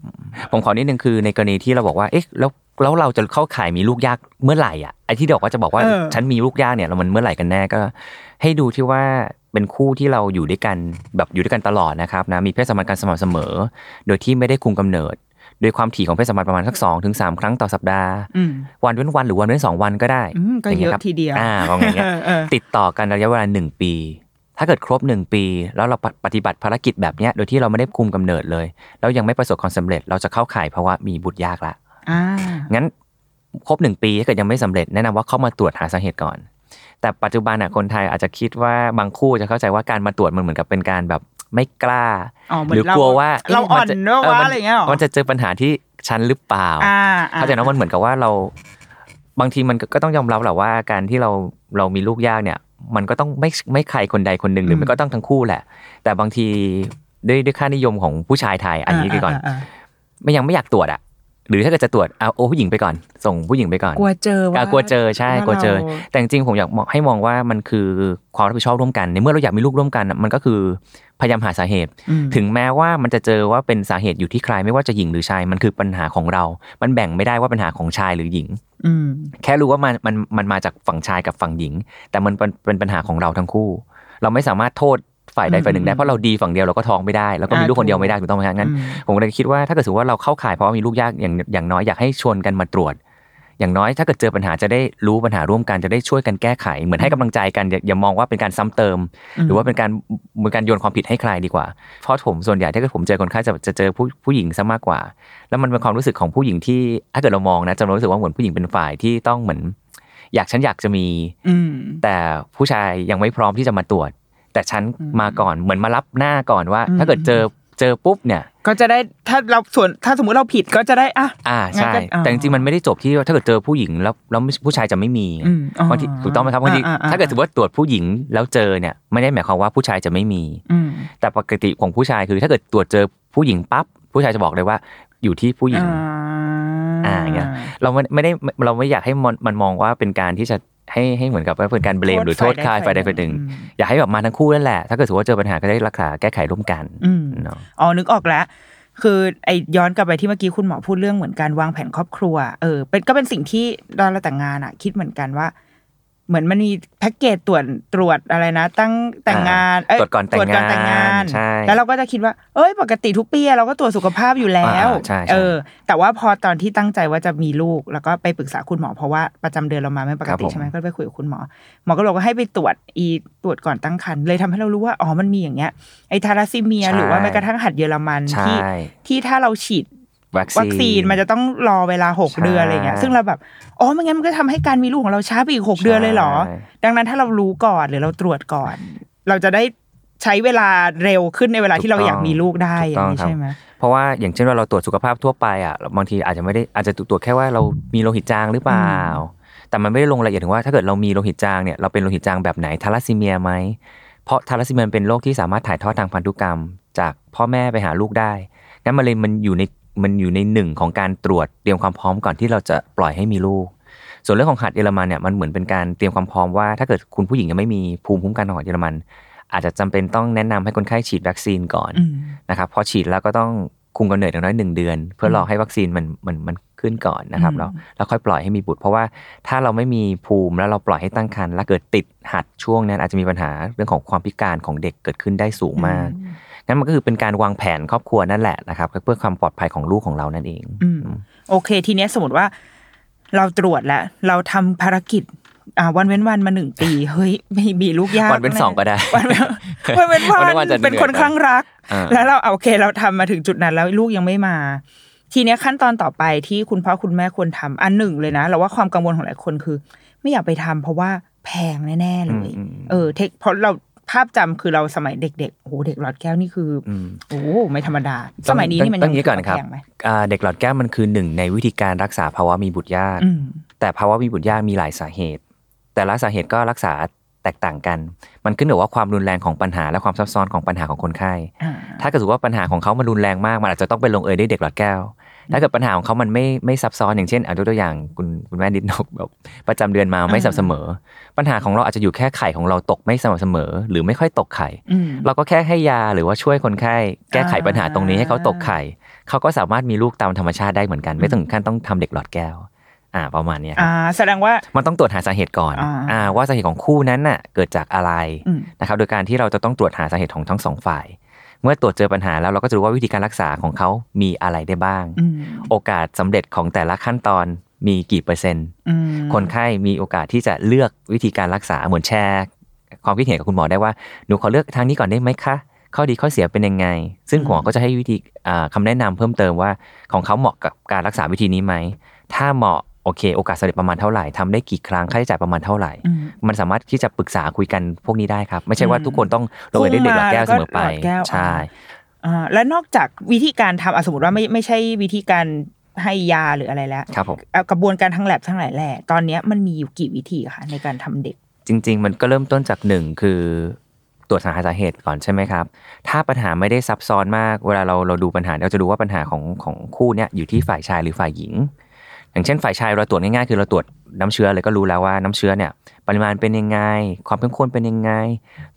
C: ผมขอนิดนึงคือในกรณีที่เราบอกว่า เอ๊ะ แล้วแล้วเราจะเข้าข่ายมีลูกยากเมื่อไหร่อ่ะ ไอ้ที่บอกว่าจะบอกว่า
B: เออ
C: ฉันมีลูกยากเนี่ยแล้วมันเมื่อไหร่กันแน่ก็ ให้ดูที่ว่าเป็นคู่ที่เราอยู่ด้วยกันแบบอยู่ด้วยกันตลอดนะครับนะ มีเพศสัมพันธ์กันสม่ำเสมอ โดยที่ไม่ได้คุมกำเนิด โดยความถี่ของเพศสัมพันธ์ประมาณสักสองถึงสามครั้งต่อสัปดาห์
B: อืม
C: วันเว้นวันหรือวันเว้นสองวันก็ได้
B: อืมก็เย
C: างงี้
B: อะ
C: ครับ
B: ทีเดียว
C: อ่าของอย่างเงี้ย
B: เออเออ
C: ติดต่อกันระยะเวลาหนึ่งปี ถ้าเกิดครบหนึ่งปี แล้วเราปฏิบัติภารกิจแบบเนี้ยโดยที่เราไม่ได้คุมกำเนิดเลย แล้วยังไม่ประสบความสำเร็จ เราจะเข้าข่ายภาวะมีบุตรยากละ
B: อ่า
C: งั้นครบหนึ่งปีถ้าเกิดยังไม่สำเร็จแนะนำว่าเข้ามาตรวจหาสาเหตุก่อน แต่ปัจจุบันน่ะคนไทยอาจจะคิดว่าบางคู่จะเข้าใจว่าการมาตรวจมันเหมือนกับเป็นการแบบไม่กล้า
B: อ๋อเหมือ
C: ห
B: น
C: รือกลัวว่า
B: เรา
C: ะมัจ
B: เราอ่อนว่า
C: มั
B: อะไรอย่างเงี้ยหรอ
C: มันจะเจอปัญหาที่ฉันหรือเปล่า
B: อ่าอ่
C: เข้าใจนะมันเหมือนกับว่าเราบางทีมันก็ก็ต้องยอมรับแหละว่าการที่เราเรามีลูกยากเนี่ย มันก็ต้องไม่ไม่ใครคนใดคนหนึ่งหรือมันก็ต้องทั้งคู่แหละ แต่บางทีด้วยด้วยค่านิยมของผู้ชายไทยอันนี้ก่อน
B: า
C: ไม่ยังไม่อยากตรวจอะหรือถ้าเกิดจะตรวจเอาโอาผู้หญิงไปก่อน ส่งผู้หญิงไปก่อน
B: กลัวเจอว่า
C: กลัวเจอใช่กลัวเจอ แต่จริงๆผมอยากมองให้มองว่ามันคือความรับผิดชอบร่วมกันในเมื่อเราอยากมีลูกร่วมกันอะมันก็คือพยายามหาสาเหตุ
B: อืม
C: ถึงแม้ว่ามันจะเจอว่าเป็นสาเหตุอยู่ที่ใครไม่ว่าจะหญิงหรือชายมันคือปัญหาของเรา มันแบ่งไม่ได้ว่าปัญหาของชายหรือหญิง
B: อืม
C: แค่รู้ว่ามันมันมันมาจากฝั่งชายกับฝั่งหญิง แต่มันเป็นเป็นปัญหาของเราทั้งคู่ เราไม่สามารถโทษฝ่ายใดฝ่ายหนึ่งได้
B: อืม
C: เพราะเราดีฝั่งเดียวเราก็ท้องไม่ได้แล้วก็มี
B: อ่า
C: ลูกคนเดียว
B: ถูก
C: ไม่ได้ถูกต้องไหมครับงั้น
B: อืม
C: ผมเลยคิดว่าถ้าเกิดสมมติว่าเราเข้าข่ายเพราะว่ามีลูกยากอย่างอย่างน้อยอยากให้ชวนกันมาตรวจ อย่างน้อยถ้าเกิดเจอปัญหาจะได้รู้ปัญหาร่วมกันจะได้ช่วยกันแก้ไข เหมือนให้กำลังใจกันอย่าอย่ามองว่าเป็นการซ้ำเติม
B: อืม
C: หรือว่าเป็นการเป็นการโยนความผิดให้ใครดีกว่า เพราะผมส่วนใหญ่ถ้าเกิดผมเจอคนไข้จะจะเจอผู้ผู้หญิงซะมากกว่า แล้วมันเป็นความรู้สึกของผู้หญิงที่ถ้าเกิดเรามองนะจะรู้สึกว่าเหมือนผู้หญิงเป็นฝ่ายที่ต้องเหมือน อยากฉันอยากจะมี
B: อืม
C: แต่ผู้ชายยังไม่พร้อมที่จะมาตรวจ แต่ฉัน
B: อืม
C: มาก่อนเหมือนมารับหน้าก่อนว่า
B: อืม
C: ถ้าเกิดเจอเจอปุ๊บเนี่ย
B: ก็จะได้ถ้าเราส่วนถ้าสมมุติเราผิดก็จะได้อ่ะ
C: อ่า
B: งั้
C: ใช่
B: นก็อ่า
C: แต่จริงๆมันไม่ได้จบที่ว่าถ้าเกิดเจอผู้หญิงแล้วแล้วผู้ชายจะไม่มี
B: อืมอ๋อบ
C: างทีถูกต้องไหมครับบางที
B: อ่อ่อ่
C: ถ้าเกิดสมมติว่าตรวจผู้หญิงแล้วเจอเนี่ยไม่ได้หมายความว่าผู้ชายจะไม่มี
B: อืม
C: แต่ปกติของผู้ชายคือถ้าเกิดตรวจเจอผู้หญิงปั๊บผู้ชายจะบอกเลยว่าอยู่ที่ผู้หญิง อ่าอย่างเงี้ย เราไม่ไม่ได้เราไม่อยากให้มันมันมองว่าเป็นการที่จะให้ให้เหมือนกับว่าเป็นการเบลมหรือโทษใครฝ่ายใดฝ่ายหนึ่ง อยากให้แบบมาทั้งคู่นั่นแหละ ถ้าเกิดถือว่าเจอปัญหาก็ได้รักษาแก้ไขร่วมกัน
B: อืม
C: เนาะ
B: อ๋อนึกออกแล้ว คือไอ้ย้อนกลับไปที่เมื่อกี้คุณหมอพูดเรื่องเหมือนการวางแผนครอบครัว เออ เป็นก็เป็นสิ่งที่ตอนเราแต่งงานอะคิดเหมือนกันว่า เหมือนมันมีแพ็กเกจตรวจตรวจอะไรนะ ตั้งแต่งงานเย
C: ตรวจก่อนแต่งงานใช่
B: แล้วเราก็จะคิดว่า เอ้ย ปกติทุกปีอะเราก็ตรวจสุขภาพอยู่แล้ว
C: อ่าใช่ใช่
B: เออ แต่ว่าพอตอนที่ตั้งใจว่าจะมีลูก แล้วก็ไปปรึกษาคุณหมอเพราะว่าประจำเดือนเรามาไม่ปก
C: ครับ
B: ติ
C: ผม
B: ใช่ไหมก็ไปคุยกับคุณหมอ หมอก็บอกว่าให้ไปตรวจอีตรวจก่อนตั้งครรภ์เลยทำให้เรารู้ว่าอ๋อมันมีอย่างเงี้ยไอทาราซีเมีย
C: ใช่
B: หรือว่าแม้กระทั่งหัดเยอรมัน
C: ใช่
B: ที่ที่ถ้าเราฉีด
C: วัค
B: วัค
C: ซี
B: ซี
C: น
B: นมันจะต้องรอเวลาหก
C: ใช่
B: เดือนอะไรเงี้ยซึ่งเราแบบอ๋อไม่งั้นมันก็ทำให้การมีลูกของเราช้าไปอีกหกเดือนเลยเหรอ
C: ใช่
B: ดังนั้นถ้าเรารู้ก่อนหรือเราตรวจก่อน เราจะได้ใช้เวลาเร็วขึ้นในเวลาที่เรา
C: ถูกต้อง
B: อยากมีลูกได้อ
C: ถู
B: ก
C: ต้
B: ย่า
C: อง ง
B: นี้
C: ครับ
B: ใช่ไหม
C: เพราะว่าอย่างเช่นว่าเราตรวจสุขภาพทั่วไปอ่ะบางทีอาจจะไม่ได้อาจจะตรวจแค่ว่าเรามีโลหิตจางหรือเปล่า แต่มันไม่ได้ลงรายละเอียดถึงว่าถ้าเกิดเรามีโลหิตจางเนี่ยเราเป็นโลหิตจางแบบไหนทาลัสซีเมียไหมเพราะทาลัสซีเมียเป็นโรคที่สามารถถ่ายทอดทางพันธุกรรม จากพ่อแม่ไปหาลูกได้งั้นมันเลยมันอยู่ในมันอยู่ในหนึ่งของการตรวจเตรียมความพร้อมก่อนที่เราจะปล่อยให้มีลูก ส่วนเรื่องของหัดเยอรมันเนี่ยมันเหมือนเป็นการเตรียมความพร้อมว่า ถ้าเกิดคุณผู้หญิงยังไม่มีภูมิคุ้มกันของหัดเยอรมัน อาจจะจำเป็นต้องแนะนำให้คนไข้ฉีดวัคซีนก่อน
B: อืม
C: นะครับพอฉีดแล้วก็ต้องคุมกำเนิดอย่างน้อยหนึ่งเดือน เพื่อรอให้วัคซีนมันมันมันขึ้นก่อนนะครับ
B: อืม
C: แล้วแล้วค่อยปล่อยให้มีบุตร เพราะว่าถ้าเราไม่มีภูมิแล้วเราปล่อยให้ตั้งครรภ์แล้วเกิดติดหัดช่วงนั้นอาจจะมีปัญหาเรื่องของความพิการของเด็กเกิดขึ้นได้สูงมากนั่นมันก็คือเป็นการวางแผนครอบครัวนั่นแหละนะครับเพื่อความปลอดภัยของลูกของเรานั่นเอง
B: อืมโอเค ทีเนี้ยสมมติว่า เราตรวจแล้ว เราทำภารกิจ อ่าวันเว้นวันมาหนึ่งปี เฮ้ยไม่มีลูกยาก
C: วันเว้นสองก็ได้
B: วันเว้นวันเว้น
C: วันเว้นวั
B: วัน
C: นจะเหนื่อย
B: เป็นคนคลั่งรัก
C: อ่า
B: แล้วเราเอาโอเค เราทำมาถึงจุดนั้นแล้วลูกยังไม่มา ทีเนี้ยขั้นตอนต่อไปที่คุณพ่อคุณแม่ควรทำอันหนึ่งเลยนะเราว่าความกังวลของหลายคนคือ ไม่อยากไปทำเพราะว่าแพงแน่ๆเลย
C: อืมอืม
B: เออเทคเพราะเราภาพจำคือเราสมัยเด็กๆโอ้โหเด็กหลอดแก้วนี่คืออ
C: อืม
B: โอ้โหไม่ธรรมดา สมัยนี้นี่มัน
C: ต้
B: ยั
C: อง งอย่างนี้ก่อนครับ
B: แพงไหม
C: อ่าเด็กหลอดแก้วมันคือหนึ่งในวิธีการรักษาภาวะมีบุตรยาก
B: อืม
C: แต่ภาวะมีบุตรยากมีหลายสาเหตุ แต่ละสาเหตุก็รักษาแตกต่างกัน มันขึ้นอยู่กับว่าความรุนแรงของปัญหาและความซับซ้อนของปัญหาของคนไข้
B: อ่า
C: ถ้าเกิดสมมุติว่าปัญหาของเขามันรุนแรงมาก มันอาจจะต้องไปลงเอยด้วยเด็กหลอดแก้ว ถ้าเกิดปัญหาของเขามันไม่ไม่ซับซ้อนอย่างเช่นอ่ะยกตัวอย่างคุณคุณแม่นิดนกแบบประจำเดือนมาไม่สม่ำเสมอ ปัญหาของเราอาจจะอยู่แค่ไข่ของเราตกไม่สม่ำเสมอ หรือไม่ค่อยตกไข่
B: อืม
C: เราก็แค่ให้ยาหรือว่าช่วยคนไข้แก้ไข
B: อ่า
C: ปัญหาตรงนี้ให้เขาตกไข่ เขาก็สามารถมีลูกตามธรรมชาติได้เหมือนกัน
B: อื
C: ไม่
B: ม
C: ถึงขั้นต้องทำเด็กหลอดแก้ว อ่าประมาณเนี้ยค
B: อ่า
C: รับ
B: แสดงว่า
C: มันต้องตรวจหาสาเหตุก่อน
B: อ่า
C: อ่าว่าสาเหตุของคู่นั้นน่ะเกิดจากอะไร
B: อืม
C: นะครับโดยการที่เราจะต้องตรวจหาสาเหตุของทั้งสองฝ่าย เมื่อตรวจเจอปัญหาแล้วเราก็จะรู้ว่าวิธีการรักษาของเขามีอะไรได้บ้าง
B: อืม
C: โอกาสสำเร็จของแต่ละขั้นตอนมีกี่เปอร์เซ็นต์
B: อืม
C: คนไข้มีโอกาสที่จะเลือกวิธีการรักษาเหมือนแชร์ ความคิดเห็นกับคุณหมอได้ว่าหนูขอเลือกทางนี้ก่อนได้ไหมคะ ข้อดีข้อเสียเป็นยังไง ซึ่งหมอก็จะให้วิธีอ่าคำาแนะนำเพิ่มเติมว่าของเขาเหมาะกับการรักษาวิธีนี้ไหม ถ้าเหมาะโอเค โอกาสสำเร็จประมาณเท่าไหร่ทำได้กี่ครั้งค่าใช้จ่ายประมาณเท่าไหร่
B: อืม
C: มันสามารถที่จะปรึกษาคุยกันพวกนี้ได้ครับ ไม่ใช่ว่า
B: อืม
C: ทุกคนต้องลงเอยด้วยเด็กหลอดแก้วเสมอไป
B: พุ่งมาแล้วก็หลอดแก้ว
C: ใช่
B: อ่าและนอกจากวิธีการทำอ่ะสมมติว่าไม่ไม่ใช่วิธีการให้ยาหรืออะไรแล้ว
C: ครับผม
B: เอากระบวนการทั้งแลบทั้งหลายแหล่ตอนเนี้ยมันมีอยู่กี่วิธีคะในการทำเด็ก
C: จริง ๆ มันก็เริ่มต้นจากหนึ่งคือตรวจหาสาเหตุก่อนใช่ไหมครับ ถ้าปัญหาไม่ได้ซับซ้อนมาก เวลาเราเราดูปัญหาเราจะดูว่าปัญหาของของคู่เนี้ยอยู่ที่ฝ่ายชายหรือฝ่ายหญิง อย่างเช่นฝ่ายชายเราตรวจง่ายๆคือเราตรวจน้ำเชื้อเลยก็รู้แล้วว่าน้ำเชื้อเนี่ยปริมาณเป็นยังไง ความเข้มข้นเป็นยังไง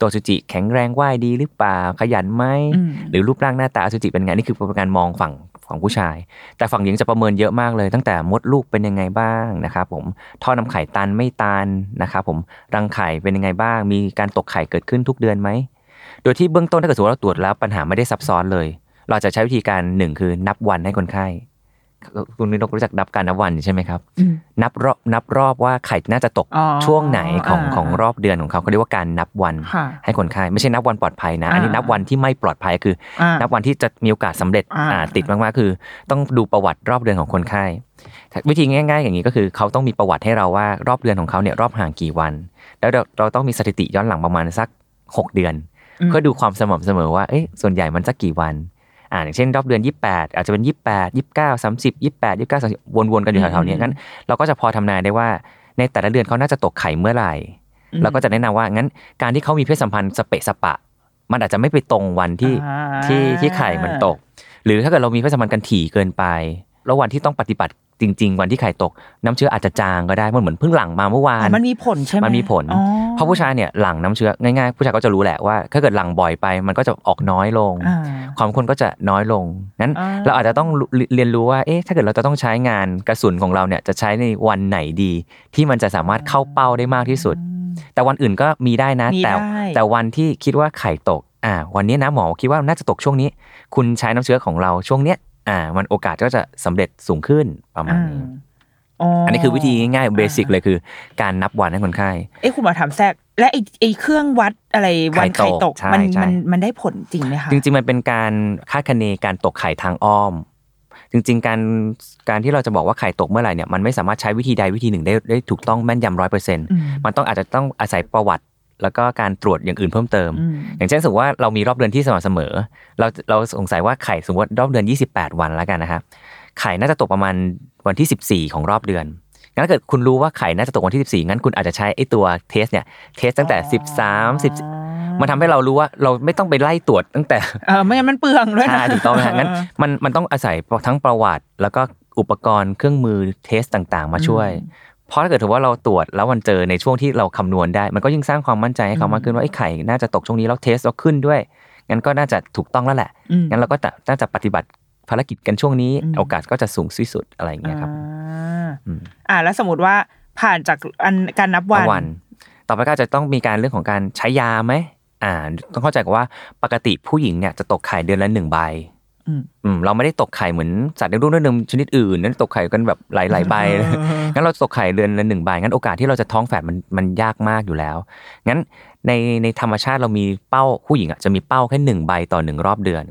C: ตัวอสุจิแข็งแรงว่ายดีหรือเปล่าขยันไหม
B: อืม
C: หรือรูปร่างหน้าตาอสุจิเป็นไงนี่คือเป็นการมองฝั่งของผู้ชาย แต่ฝั่งหญิงจะประเมินเยอะมากเลย ตั้งแต่มดลูกเป็นยังไงบ้างนะครับผมท่อนำไข่ตันไม่ตันนะครับผมรังไข่เป็นยังไงบ้าง มีการตกไข่เกิดขึ้นทุกเดือนไหม โดยที่เบื้องต้นถ้าเกิดสมมติว่าเราตรวจแล้วปัญหาไม่ได้ซับซ้อนเลย เราจะใช้วิธีการหนึ่งคือนับวันให้คนไข้ คุณนิโนกรู้จักนับการนับวันใช่ไหมครับ
B: อืม
C: นับรอบนับรอบว่าไข่น่าจะตก
B: อ๋อ
C: ช่วงไหนของ
B: อ่า
C: ของรอบเดือนของเขาเขาเรียกว่าการนับวัน
B: ค่ะ
C: ให้คนไข้ไม่ใช่นับวันปลอดภัยนะ อันนี้
B: อ่า
C: นับวันที่ไม่ปลอดภัยคือ
B: อ่า
C: นับวันที่จะมีโอกาสสำเร็จ
B: อ่า
C: อ่าติดมากๆคือ ต้องดูประวัติรอบเดือนของคนไข้วิธีง่าย ๆ อย่างนี้ก็คือเขาต้องมีประวัติให้เราว่ารอบเดือนของเขาเนี่ยรอบห่างกี่วัน แล้วเราเราต้องมีสถิติย้อนหลังประมาณสัก 6 เดือน เพื่อดูความสม่ำเสมอว่าเอ๊ะส่วนใหญ่มันสักกี่วันอ่าอย่างเช่นรอบเดือน 28 อาจจะเป็น 28 29 30 28 29 30วนๆกันอยู่แถวๆเนี้ยงั้นเราก็จะพอทำนายได้ว่าในแต่ละเดือนเขาน่าจะตกไข่เมื่อไหร่
B: อืม
C: เราก็จะแนะนำว่างั้นการที่เขามีเพศสัมพันธ์สเปะสปะ มันอาจจะไม่ไปตรงวันที่
B: อ่า
C: ที่ที่ไข่มันตก หรือถ้าเกิดเรามีเพศสัมพันธ์กันถี่เกินไป แล้ววันที่ต้องปฏิบัติจริง ๆ วันที่ไข่ตก น้ำเชื้ออาจจะจางก็ได้มันเหมือนเพิ่งหลังมาเมื่อวา
B: อ๋
C: น
B: อมันมีผลใช่ไหม
C: มันมีผล
B: อ๋อ
C: เพราะผู้ชายเนี่ยหลังน้ำเชื้อง่ายๆ ผู้ชายก็จะรู้แหละว่าถ้าเกิดหลังบ่อยไป มันก็จะออกน้อยลง
B: อ่า
C: ความคนก็จะน้อยลงงั้น
B: อ่า
C: เราอาจจะต้องรู้เรียนรู้ว่าเอ๊ะถ้าเกิดเราจะต้องใช้งานกระสุนของเราเนี่ยจะใช้ในวันไหนดี ที่มันจะสามารถเข้าเป้าได้มากที่สุด
B: อืม
C: แต่วันอื่นก็มีได้นะ
B: มี
C: แต่
B: ได้
C: แต่วันที่คิดว่าไข่ตกอ่าวันนี้นะหมอคิดว่าน่าจะตกช่วงนี้ คุณใช้น้ำเชื้อของเราช่วงเนี้ยอ่ามันโอกาสก็จะสำเร็จสูงขึ้นประมาณนี้ อันนี้คือวิธีง่ายๆเบสิกเลยคือ การนับวันให้คนไข้
B: เอ้ยคุณหมอถามแทรกและไอ้ไอ้เครื่องวัดอะไรวัน
C: ไข่
B: ไข่
C: ต
B: ต
C: ก
B: ก
C: ใช่
B: มัน
C: ใช่
B: มันมันได้ผลจริงไหมคะ
C: จริงๆ มันเป็นการคาดคะเนการตกไข่ทางอ้อม จริง ๆ การการที่เราจะบอกว่าไข่ตกเมื่อไหร่เนี่ยมันไม่สามารถใช้วิธีใดวิธีหนึ่งได้ได้ถูกต้องแม่นยำร้อยเปอร์เซ็นต์
B: อืม
C: มันต้องอาจจะต้องอาศัยประวัติ แล้วก็การตรวจอย่างอื่นเพิ่มเติม
B: อืม
C: อย่างเช่นสมมติว่าเรามีรอบเดือนที่สม่ำเสมอ เราเราสงสัยว่าไข่สมมติว่ารอบเดือน 28 วันแล้วกันนะครับไข่น่าจะตกประมาณวันที่ 14 ของรอบเดือนงั้นถ้าเกิดคุณรู้ว่าไข่น่าจะตกวันที่ 14 งั้นคุณอาจจะใช้ไอ้ตัวเทสเนี่ยเทสตั้งแต่ 13 10 มันทำให้เรารู้ว่าเราไม่ต้องไปไล่ตรวจตั้งแต่
B: เออไม่งั้นมันเปลืองด้วยนะ
C: ใช่ถูกต้องไหมฮะงั้น
B: เออ
C: มันมันต้องอาศัยทั้งประวัติ แล้วก็อุปกรณ์เครื่องมือเทสต่างๆ มาช่วย เพราะถ้าเกิดถือว่าเราตรวจแล้วมันเจอในช่วงที่เราคำนวณได้ มันก็ยิ่งสร้างความมั่นใจให้เขา
B: อืม
C: มากขึ้นว่าไอ้ไข่น่าจะตกช่วงนี้แล้วเทสเราขึ้นด้วยงั้นก็น่าจะถูกต้องแล้วแหละ
B: อืม
C: งั้นเราก็จะน่าจะปฏิบัติภารกิจกันช่วงนี้
B: อืม
C: โอกาสก็จะสูงที่สุดอะไรอย่างเงี้ยครับ
B: อา
C: อืม
B: อ่าแล้วสมมติว่าผ่านจากอันการนับวัน
C: ต่อวัน ต่อไปก็อาจจะต้องมีการเรื่องของการใช้ยาไหมอ่า ต้องเข้าใจก่อนว่าปกติผู้หญิงเนี่ยจะตกไข่เดือนละหนึ่งใบ
B: อืม
C: อืมเราไม่ได้ตกไข่เหมือนสัตว์เลี้ยงลูกด้วยนมชนิดอื่นนั้นตกไข่กันแบบหลายๆใบ งั้นเราตกไข่เดือนละหนึ่งใบงั้นโอกาสที่เราจะท้องแฝดมันมันยากมากอยู่แล้ว งั้นในในธรรมชาติเรามีเป้าผู้หญิงอ่ะจะมีเป้าแค่หนึ่งใบต่อหนึ่งรอบเดือน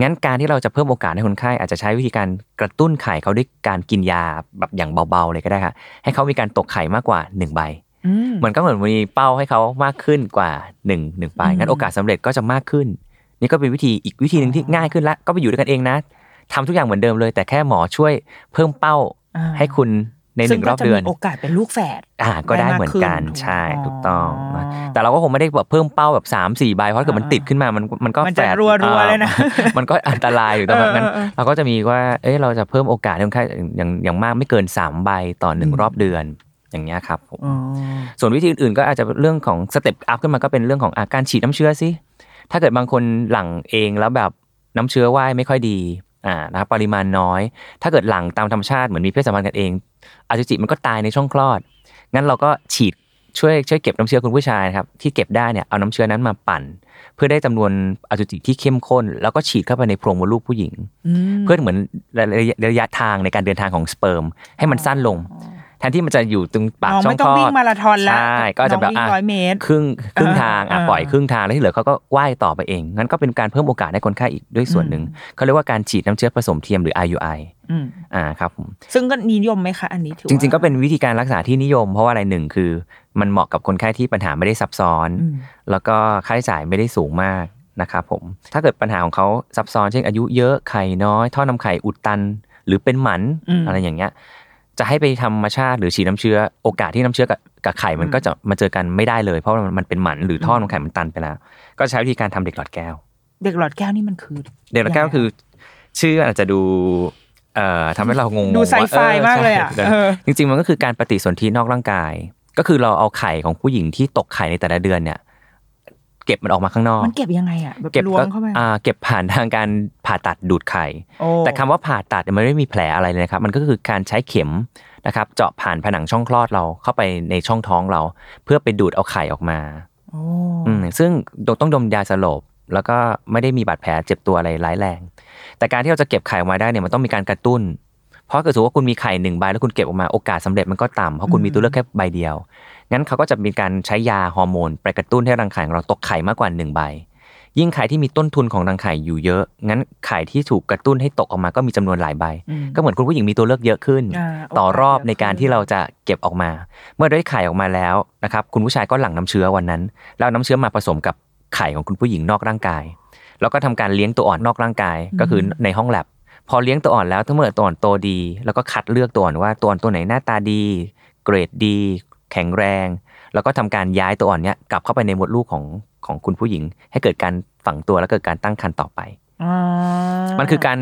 C: งั้นการที่เราจะเพิ่มโอกาสให้คนไข้อาจจะใช้วิธีการกระตุ้นไข่เขาด้วยการกินยาแบบอย่างเบาๆเลยก็ได้ค่ะให้เขามีการตกไข่มากกว่าหนึ่งใบ
B: อืม
C: มันก็เหมือนมีเป้าให้เขามากขึ้นกว่า1นึ่งหนึ่งไป
B: อืม
C: งั้นโอกาสสำเร็จก็จะมากขึ้น นี่ก็เป็นวิธีอีกวิธีหนึ่งที่ง่ายขึ้นละก็ไปอยู่ด้วยกันเองนะทำทุกอย่างเหมือนเดิมเลย แต่แค่หมอช่วยเพิ่มเป้า
B: อ่า
C: ให้คุณในห
B: ซึ่
C: นึ่งรอบเดือน
B: ก็จะมีโอกาสเป็นลูกแฝด
C: อ่าก็ได้เหมือนกัน
B: ได้มากขึ้น
C: ใช่
B: ถู
C: ถูก
B: ก
C: ต้อง
B: อ๋อ
C: แต่เราก็คงไม่ได้แบบเพิ่มเป้าแบบ3 4ใบเพราะถ้าเกิดมัน
B: อ่าๆ
C: ติดขึ้นมามันมันก็
B: มัน
C: แฝ
B: จะ
C: ด
B: รัวๆเลยนะ
C: อ่ามันก็ อันตรายอยู่ตรงนั้น
B: เออเออเออ
C: เราก็จะมีว่าเอ้ยเราจะเพิ่มโอกาสให้คนไข้อย่างอย่างมากไม่เกิน 3 ใบต่อหนึ่ง
B: อืม
C: รอบเดือนอย่างเงี้ยครับผม
B: อ๋อ
C: ส่วนวิธีอื่นๆก็อาจจะเรื่องของสเต็ปอัพขึ้นมาก็เป็นเรื่องของอาการฉีดน้ำเชื้อสิ ถ้าเกิดบางคนหลังเองแล้วแบบน้ำเชื้อว่ายไม่ค่อยดี อ่า นะครับปริมาณน้อย ถ้าเกิดหลังตามธรรมชาติเหมือนมีเพศสัมพันธ์กันเอง อสุจิมันก็ตายในช่องคลอด งั้นเราก็ฉีดช่วยช่วยเก็บน้ำเชื้อคุณผู้ชายนะครับที่เก็บได้เนี่ยเอาน้ำเชื้อนั้นมาปั่น เพื่อได้จำนวนอสุจิที่เข้มข้น แล้วก็ฉีดเข้าไปในโพรงมดลูกผู้หญิง เพื่อเหมือนระยะระยะทางในการเดินทางของสเปิร์มให้มันสั้นลง แทนที่มันจะอยู่ตรงปาก
B: น้อง
C: ช่อง
B: ไม่ต้
C: ค
B: อง
C: ลอด
B: วิ่งมาราธอนละ
C: ใช่ก็จะแบบ
B: น้องวิ่ง
C: ะ
B: ร้อยเมตร
C: ครึ่งครึ่งทางอ่ะ
B: เออ
C: ปล่อยครึ่งทางแล้วที่เหลือเขาก็ว่ายต่อไปเองงั้นก็เป็นการเพิ่มโอกาสให้คนไข้อีกด้วยส่วนหนึ่ง
B: อื
C: เขาเรียกว่าการฉีดน้ำเชื้อผสมเทียมหรือ IUI
B: อืม
C: อ่าครับผม
B: ซึ่งก็นิยมไหมคะอันนี้ถือ
C: จริง ๆ
B: ว่า
C: ก็เป็นวิธีการรักษาที่นิยม เพราะว่าอะไรหนึ่งคือ มันเหมาะกับคนไข้ที่ปัญหาไม่ได้ซับซ้อน
B: อืม
C: แล้วก็ค่าใช้จ่ายไม่ได้สูงมากนะครับผม ถ้าเกิดปัญหาของเขาซับซ้อนเช่นอายุเยอะไข่น้อย ท่อนำไข่อุดตัน หรือเป็นหมัน
B: อืม
C: อะไรอย่างเงี้ย จะให้ไปธรรมชาติหรือฉีดน้ำเชื้อ โอกาสที่น้ำเชื้อกับกับไข่มัน
B: อืม
C: ก็จะมาเจอกันไม่ได้เลย เพราะมันมันเป็นหมันหรือท่อนำไข่มันตันไปแล้ว ก็ใช้วิธีการทำเด็กหลอดแก้ว
B: เด็กหลอดแก้วนี่มันคือ
C: เด็กหลอดแก้ว
B: ยังไง
C: คือ ชื่ออาจจะดูเอ่อทำให้เรางงๆ
B: ดู
C: ว่า
B: ไซไฟ
C: ออ
B: มากเลยอ่ะ
C: ใช่
B: เออ
C: จริงๆ มันก็คือการปฏิสนธินอกร่างกาย ก็คือเราเอาไข่ของผู้หญิงที่ตกไข่ในแต่ละเดือนเนี่ย เก็บมันออกมาข้างนอก
B: มันเก็บยังไงอ่ะแบบ
C: ก็
B: ล้วงเข้าไป
C: อ่าเก็บผ่านทางการผ่าตัดดูดไข่
B: โอ้
C: แต่คำว่าผ่าตัดเนี่ยมันไม่มีแผลอะไรเลยนะครับ มันก็คือการใช้เข็มนะครับ เจาะผ่านผนังช่องคลอดเราเข้าไปในช่องท้องเรา เพื่อไปดูดเอาไข่ออกมา
B: โอ้
C: อืมซึ่งต้องดมยาสลบแล้วก็ไม่ได้มีบาดแผลเจ็บตัวอะไรร้ายแรง แต่การที่เราจะเก็บไข่ออกมาได้เนี่ยมันต้องมีการกระตุ้น พ ราะเกิดสมมติว่าคุณมีไข่หนึ่งใบแล้วคุณเก็บออกมาโอกาสสำเร็จมันก็ต่ำเพราะคุณมีตัวเลือกแค่ใบเดียว งั้นเขาก็จะมีการใช้ยาฮอร์โมนไปกระตุ้นให้รังไข่ของเราตกไข่มากกว่าหนึ่งใบ ยิ่งไข่ที่มีต้นทุนของรังไข่อยู่เยอะ งั้นไข่ที่ถูกกระตุ้นให้ตกออกมาก็มีจำนวนหลายใบ ก็เหมือนคุณผู้หญิงมีตัวเลือกเยอะขึ้น
B: า
C: ต่อรอบ
B: โกส
C: ในการที่เราจะเก็บออกมา เมื่อได้ไข่ออกมาแล้วนะครับคุณผู้ชายก็หลั่งน้ำเชื้อวันนั้น แล้วเอาน้ำเชื้อมาผสมกับไข่ของคุณผู้หญิงนอกร่างกาย แล้วก็ทำการเลี้ยงตัวอ่อนนอกร่างกาย ก็คือในห้องแลบพอเลี้ยงตัวอ่อนแล้วถ้าเมื่อตัวอ่อนโตดี แล้วก็คัดเลือกตัวอ่อนว่าตัวอ่อนตัวไหนหน้าตาดี เกรดดี แข็งแรง แล้วก็ทำการย้ายตัวอ่อนเนี้ยกลับเข้าไปในมดลูกของของคุณผู้หญิง ให้เกิดการฝังตัวและเกิดการตั้งครรภ์ต่อไป
B: อ่า
C: มันคือการ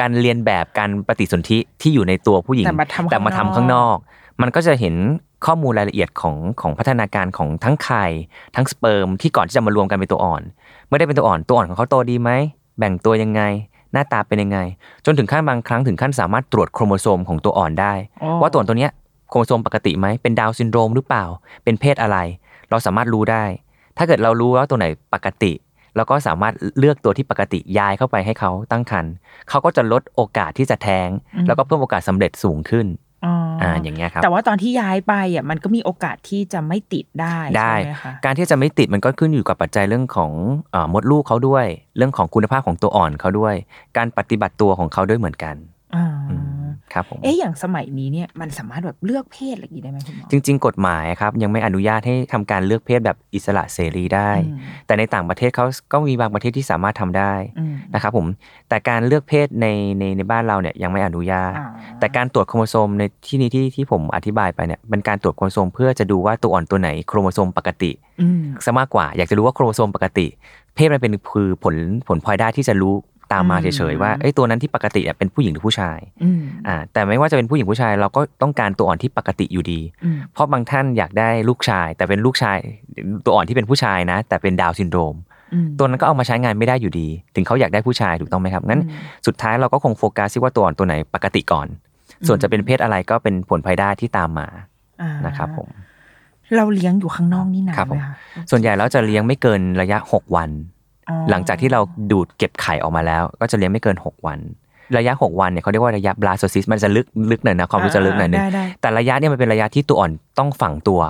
C: การเรียนแบบการปฏิสนธิที่อยู่ในตัวผู้หญิง
B: แต่มาทำ
C: แต่มาทำข้างนอก มันก็จะเห็นข้อมูลรายละเอียดของของพัฒนาการของทั้งไข่ทั้งสเปิร์มที่ก่อนที่จะมารวมกันเป็นตัวอ่อน เมื่อได้เป็นตัวอ่อนตัวอ่อนของเขาโตดีไหม แบ่งตัวยังไง หน้าตาเป็นยังไง จนถึงขั้นบางครั้งถึงขั้นสามารถตรวจโครโมโซมของตัวอ่อนได้
B: อ๋อ
C: ว่าตัวอ่อนตัวเนี้ยโครโมโซมปกติไหมเป็นดาวน์ซินโดรมหรือเปล่า เป็นเพศอะไร เราสามารถรู้ได้ ถ้าเกิดเรารู้ว่าตัวไหนปกติ แล้วก็สามารถเลือกตัวที่ปกติย้ายเข้าไปให้เขาตั้งครรภ์เขาก็จะลดโอกาสที่จะแท้ง แล้วก็เพิ่มโอกาสสำเร็จสูงขึ้น
B: อ๋ออ
C: อ่าอย่างเงี้ยครับ
B: แต่ว่าตอนที่ย้ายไปอ่ะมันก็มีโอกาสที่จะไม่ติดได้
C: ได้
B: ใช่ไหมคะ
C: การที่จะไม่ติดมันก็ขึ้นอยู่กับปัจจัยเรื่องของเออมดลูกเขาด้วย เรื่องของคุณภาพของตัวอ่อนเขาด้วย การปฏิบัติตัวของเขาด้วยเหมือนกัน
B: อ่า
C: อืมครับผม
B: เอ๊ะอย่างสมัยนี้เนี่ยมันสามารถแบบเลือกเพศอะไรอย่างงี้ได้ไหมคุณหมอ
C: จริง ๆ กฎหมายครับยังไม่อนุญาตให้ทำการเลือกเพศแบบอิสระเสรีได้
B: อืม
C: แต่ในต่างประเทศเขาก็มีบางประเทศที่สามารถทำได้
B: อืม
C: นะครับผมแต่การเลือกเพศในในในบ้านเราเนี่ยยังไม่อนุญาต
B: อ่า
C: แต่การตรวจโครโมโซมในที่นี้ที่ที่ผมอธิบายไปเนี่ยเป็นการตรวจโครโมโซมเพื่อจะดูว่าตัวอ่อนตัวไหนโครโมโซมปกติ
B: อืม
C: ซะมากกว่า อยากจะรู้ว่าโครโมโซมปกติ เพศมันเป็นคือผลผลพลอยได้ที่จะรู้ตามมา
B: อืม
C: เฉยๆว่าเอ้ยตัวนั้นที่ปกติอะเป็นผู้หญิงหรือผู้ชาย
B: อืม
C: อ่าแต่ไม่ว่าจะเป็นผู้หญิงผู้ชายเราก็ต้องการตัวอ่อนที่ปกติอยู่ดี
B: อืม
C: เพราะบางท่านอยากได้ลูกชาย แต่เป็นลูกชาย ตัวอ่อนที่เป็นผู้ชายนะ แต่เป็นดาวน์ซินโดรม
B: อืม
C: ตัวนั้นก็เอามาใช้งานไม่ได้อยู่ดี ถึงเขาอยากได้ผู้ชายถูกต้องไหมครับงั้น
B: อืม
C: สุดท้ายเราก็คงโฟกัสที่ว่าตัวอ่อนตัวไหนปกติก่อน ส่วนจะเป็นเพศอะไรก็เป็นผลภายได้ที่ตามมา
B: อ่า
C: นะครับผม
B: เราเลี้ยงอยู่ข้างนอกนี่นาน
C: ครับ
B: ไห
C: ผม ม
B: คะ
C: ส่วนใหญ่แล้วจะเลี้ยงไม่เกินระยะ 6 วัน
B: อ๋อ
C: หลังจากที่เราดูดเก็บไข่ออกมาแล้ว ก็จะเลี้ยงไม่เกิน 6 วัน ระยะ 6 วันเนี่ยเขาเรียกว่าระยะ blastocyst มันจะลึกลึกหน่อยนะความรู้จะลึกหน่อยนึง
B: ได้ได้
C: แต่ระยะเนี่ยมันเป็นระยะที่ตัวอ่อนต้องฝังตัว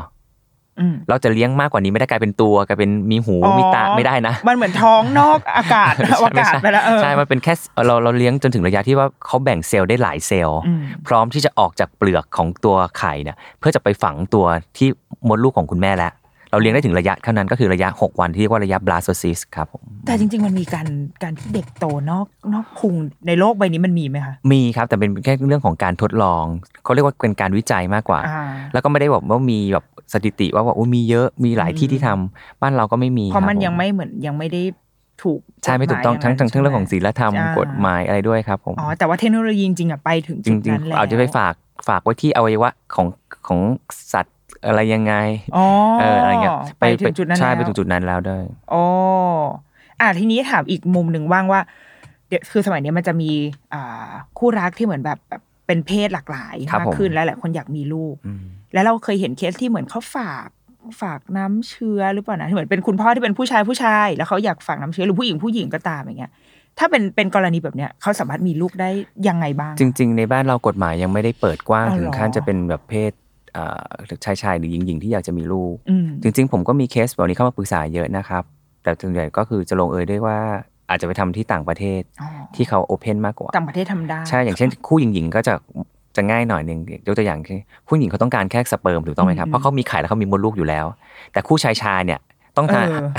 B: อืม
C: เราจะเลี้ยงมากกว่านี้ไม่ได้กลายเป็นตัวกลายเป็นมีหูมีตาไม่ได้นะ
B: มันเหมือนท้องนอกอากาศ
C: ไม่ใช่
B: อากาศไปแล้วเออ
C: ใช่ มันเป็นแค่เราเราเลี้ยงจนถึงระยะที่ว่าเขาแบ่งเซลล์ได้หลายเซลล์
B: อืม
C: พร้อมที่จะออกจากเปลือกของตัวไข่เนี่ยเพื่อจะไปฝังตัวที่มดลูกของคุณแม่แล้ว เราเลี้ยงได้ถึงระยะเท่านั้นก็คือระยะ 6 วันที่เรียกว่าระยะ blastocyst ครับผม
B: แต่จริง ๆ มันมีการการที่เด็กโตนอกนอกพุงในโลกใบนี้มันมีไหมคะ
C: มีครับ แต่เป็นแค่เรื่องของการทดลอง เขาเรียกว่าเป็นการวิจัยมากกว่า
B: อ่า
C: แล้วก็ไม่ได้แบบว่ามีแบบสถิติว่าว่าโอ้มีเยอะมีหลายที่ที่ทำบ้านเราก็ไม่มี
B: เพราะมัน
C: คบผ
B: ยังไม่เหมือนยังไม่ได้ถูก
C: ใช่ไม่ถูกต้อง
B: ฎห
C: ทั้
B: มาง ย
C: ทั้งเรื่องของศีลธรรม
B: อ่าก
C: ฎหมายอะไรด้วยครับผม
B: อ๋อแต่ว่าเทคโนโลยีจริงๆอะไปถึง
C: จริ
B: จุด
C: ง
B: นั้นแล้ว
C: ๆ เอาจจะไปฝากฝากไว้ที่อวัยวะของของสัตว์อะไรยังไง
B: อ๋อ
C: เอออะไรเงี้ย
B: ไปถึงจุดนั้น
C: ใช่
B: แล้ว
C: ไปถึงจุดนั้นแล้วด้วย
B: อ๋ออ่ะทีนี้ถามอีกมุมหนึ่งว่างว่าเดี๋ยวคือสมัยเนี้ยมันจะมีอ่าคู่รักที่เหมือนแบบแบบเป็นเพศหลากหลาย
C: ครับ
B: มาก
C: ผม
B: ขึ้นแล้วหลายคนอยากมีลูก
C: อืม
B: แล้วเราเคยเห็นเคสที่เหมือนเขาฝากฝากน้ำเชื้อหรือเปล่านะที่เหมือนเป็นคุณพ่อที่เป็นผู้ชายผู้ชาย แล้วเขาอยากฝากน้ำเชื้อหรือผู้หญิงผู้หญิงก็ตามอย่างเงี้ย ถ้าเป็นเป็นกรณีแบบเนี้ยเขาสามารถมีลูกได้ยังไงบ้าง
C: จริง ๆ ในบ้านเรากฎหมายยังไม่ได้เปิดกว้าง
B: อ๋อเหรอ
C: ถึงขั้นจะเป็นแบบเพศเอ่อชายชายหรือหญิงหญิงที่อยากจะมีลูก
B: อืม
C: จริง ๆ ผมก็มีเคสแบบนี้เข้ามาปรึกษาเยอะนะครับ แต่ส่วนใหญ่ก็คือจะลงเอยด้วยว่าอาจจะไปทำที่ต่างประเทศ
B: อ๋อ
C: ที่เขาโอเพนมากกว่า
B: ต่างประเทศทำได้
C: ใช่ อย่างเช่น คู่หญิงหญิงก็จะจะง่ายหน่อยหนึ่งยกตัวอย่างคือคู่หญิงเขาต้องการแค่สเปิร์มถูกต้องไหมครับ
B: อืม
C: เพราะเขามีไข่แล้วเขามีมดลูกอยู่แล้ว แต่คู่ชายชายเนี่ยต้องการ
B: เออ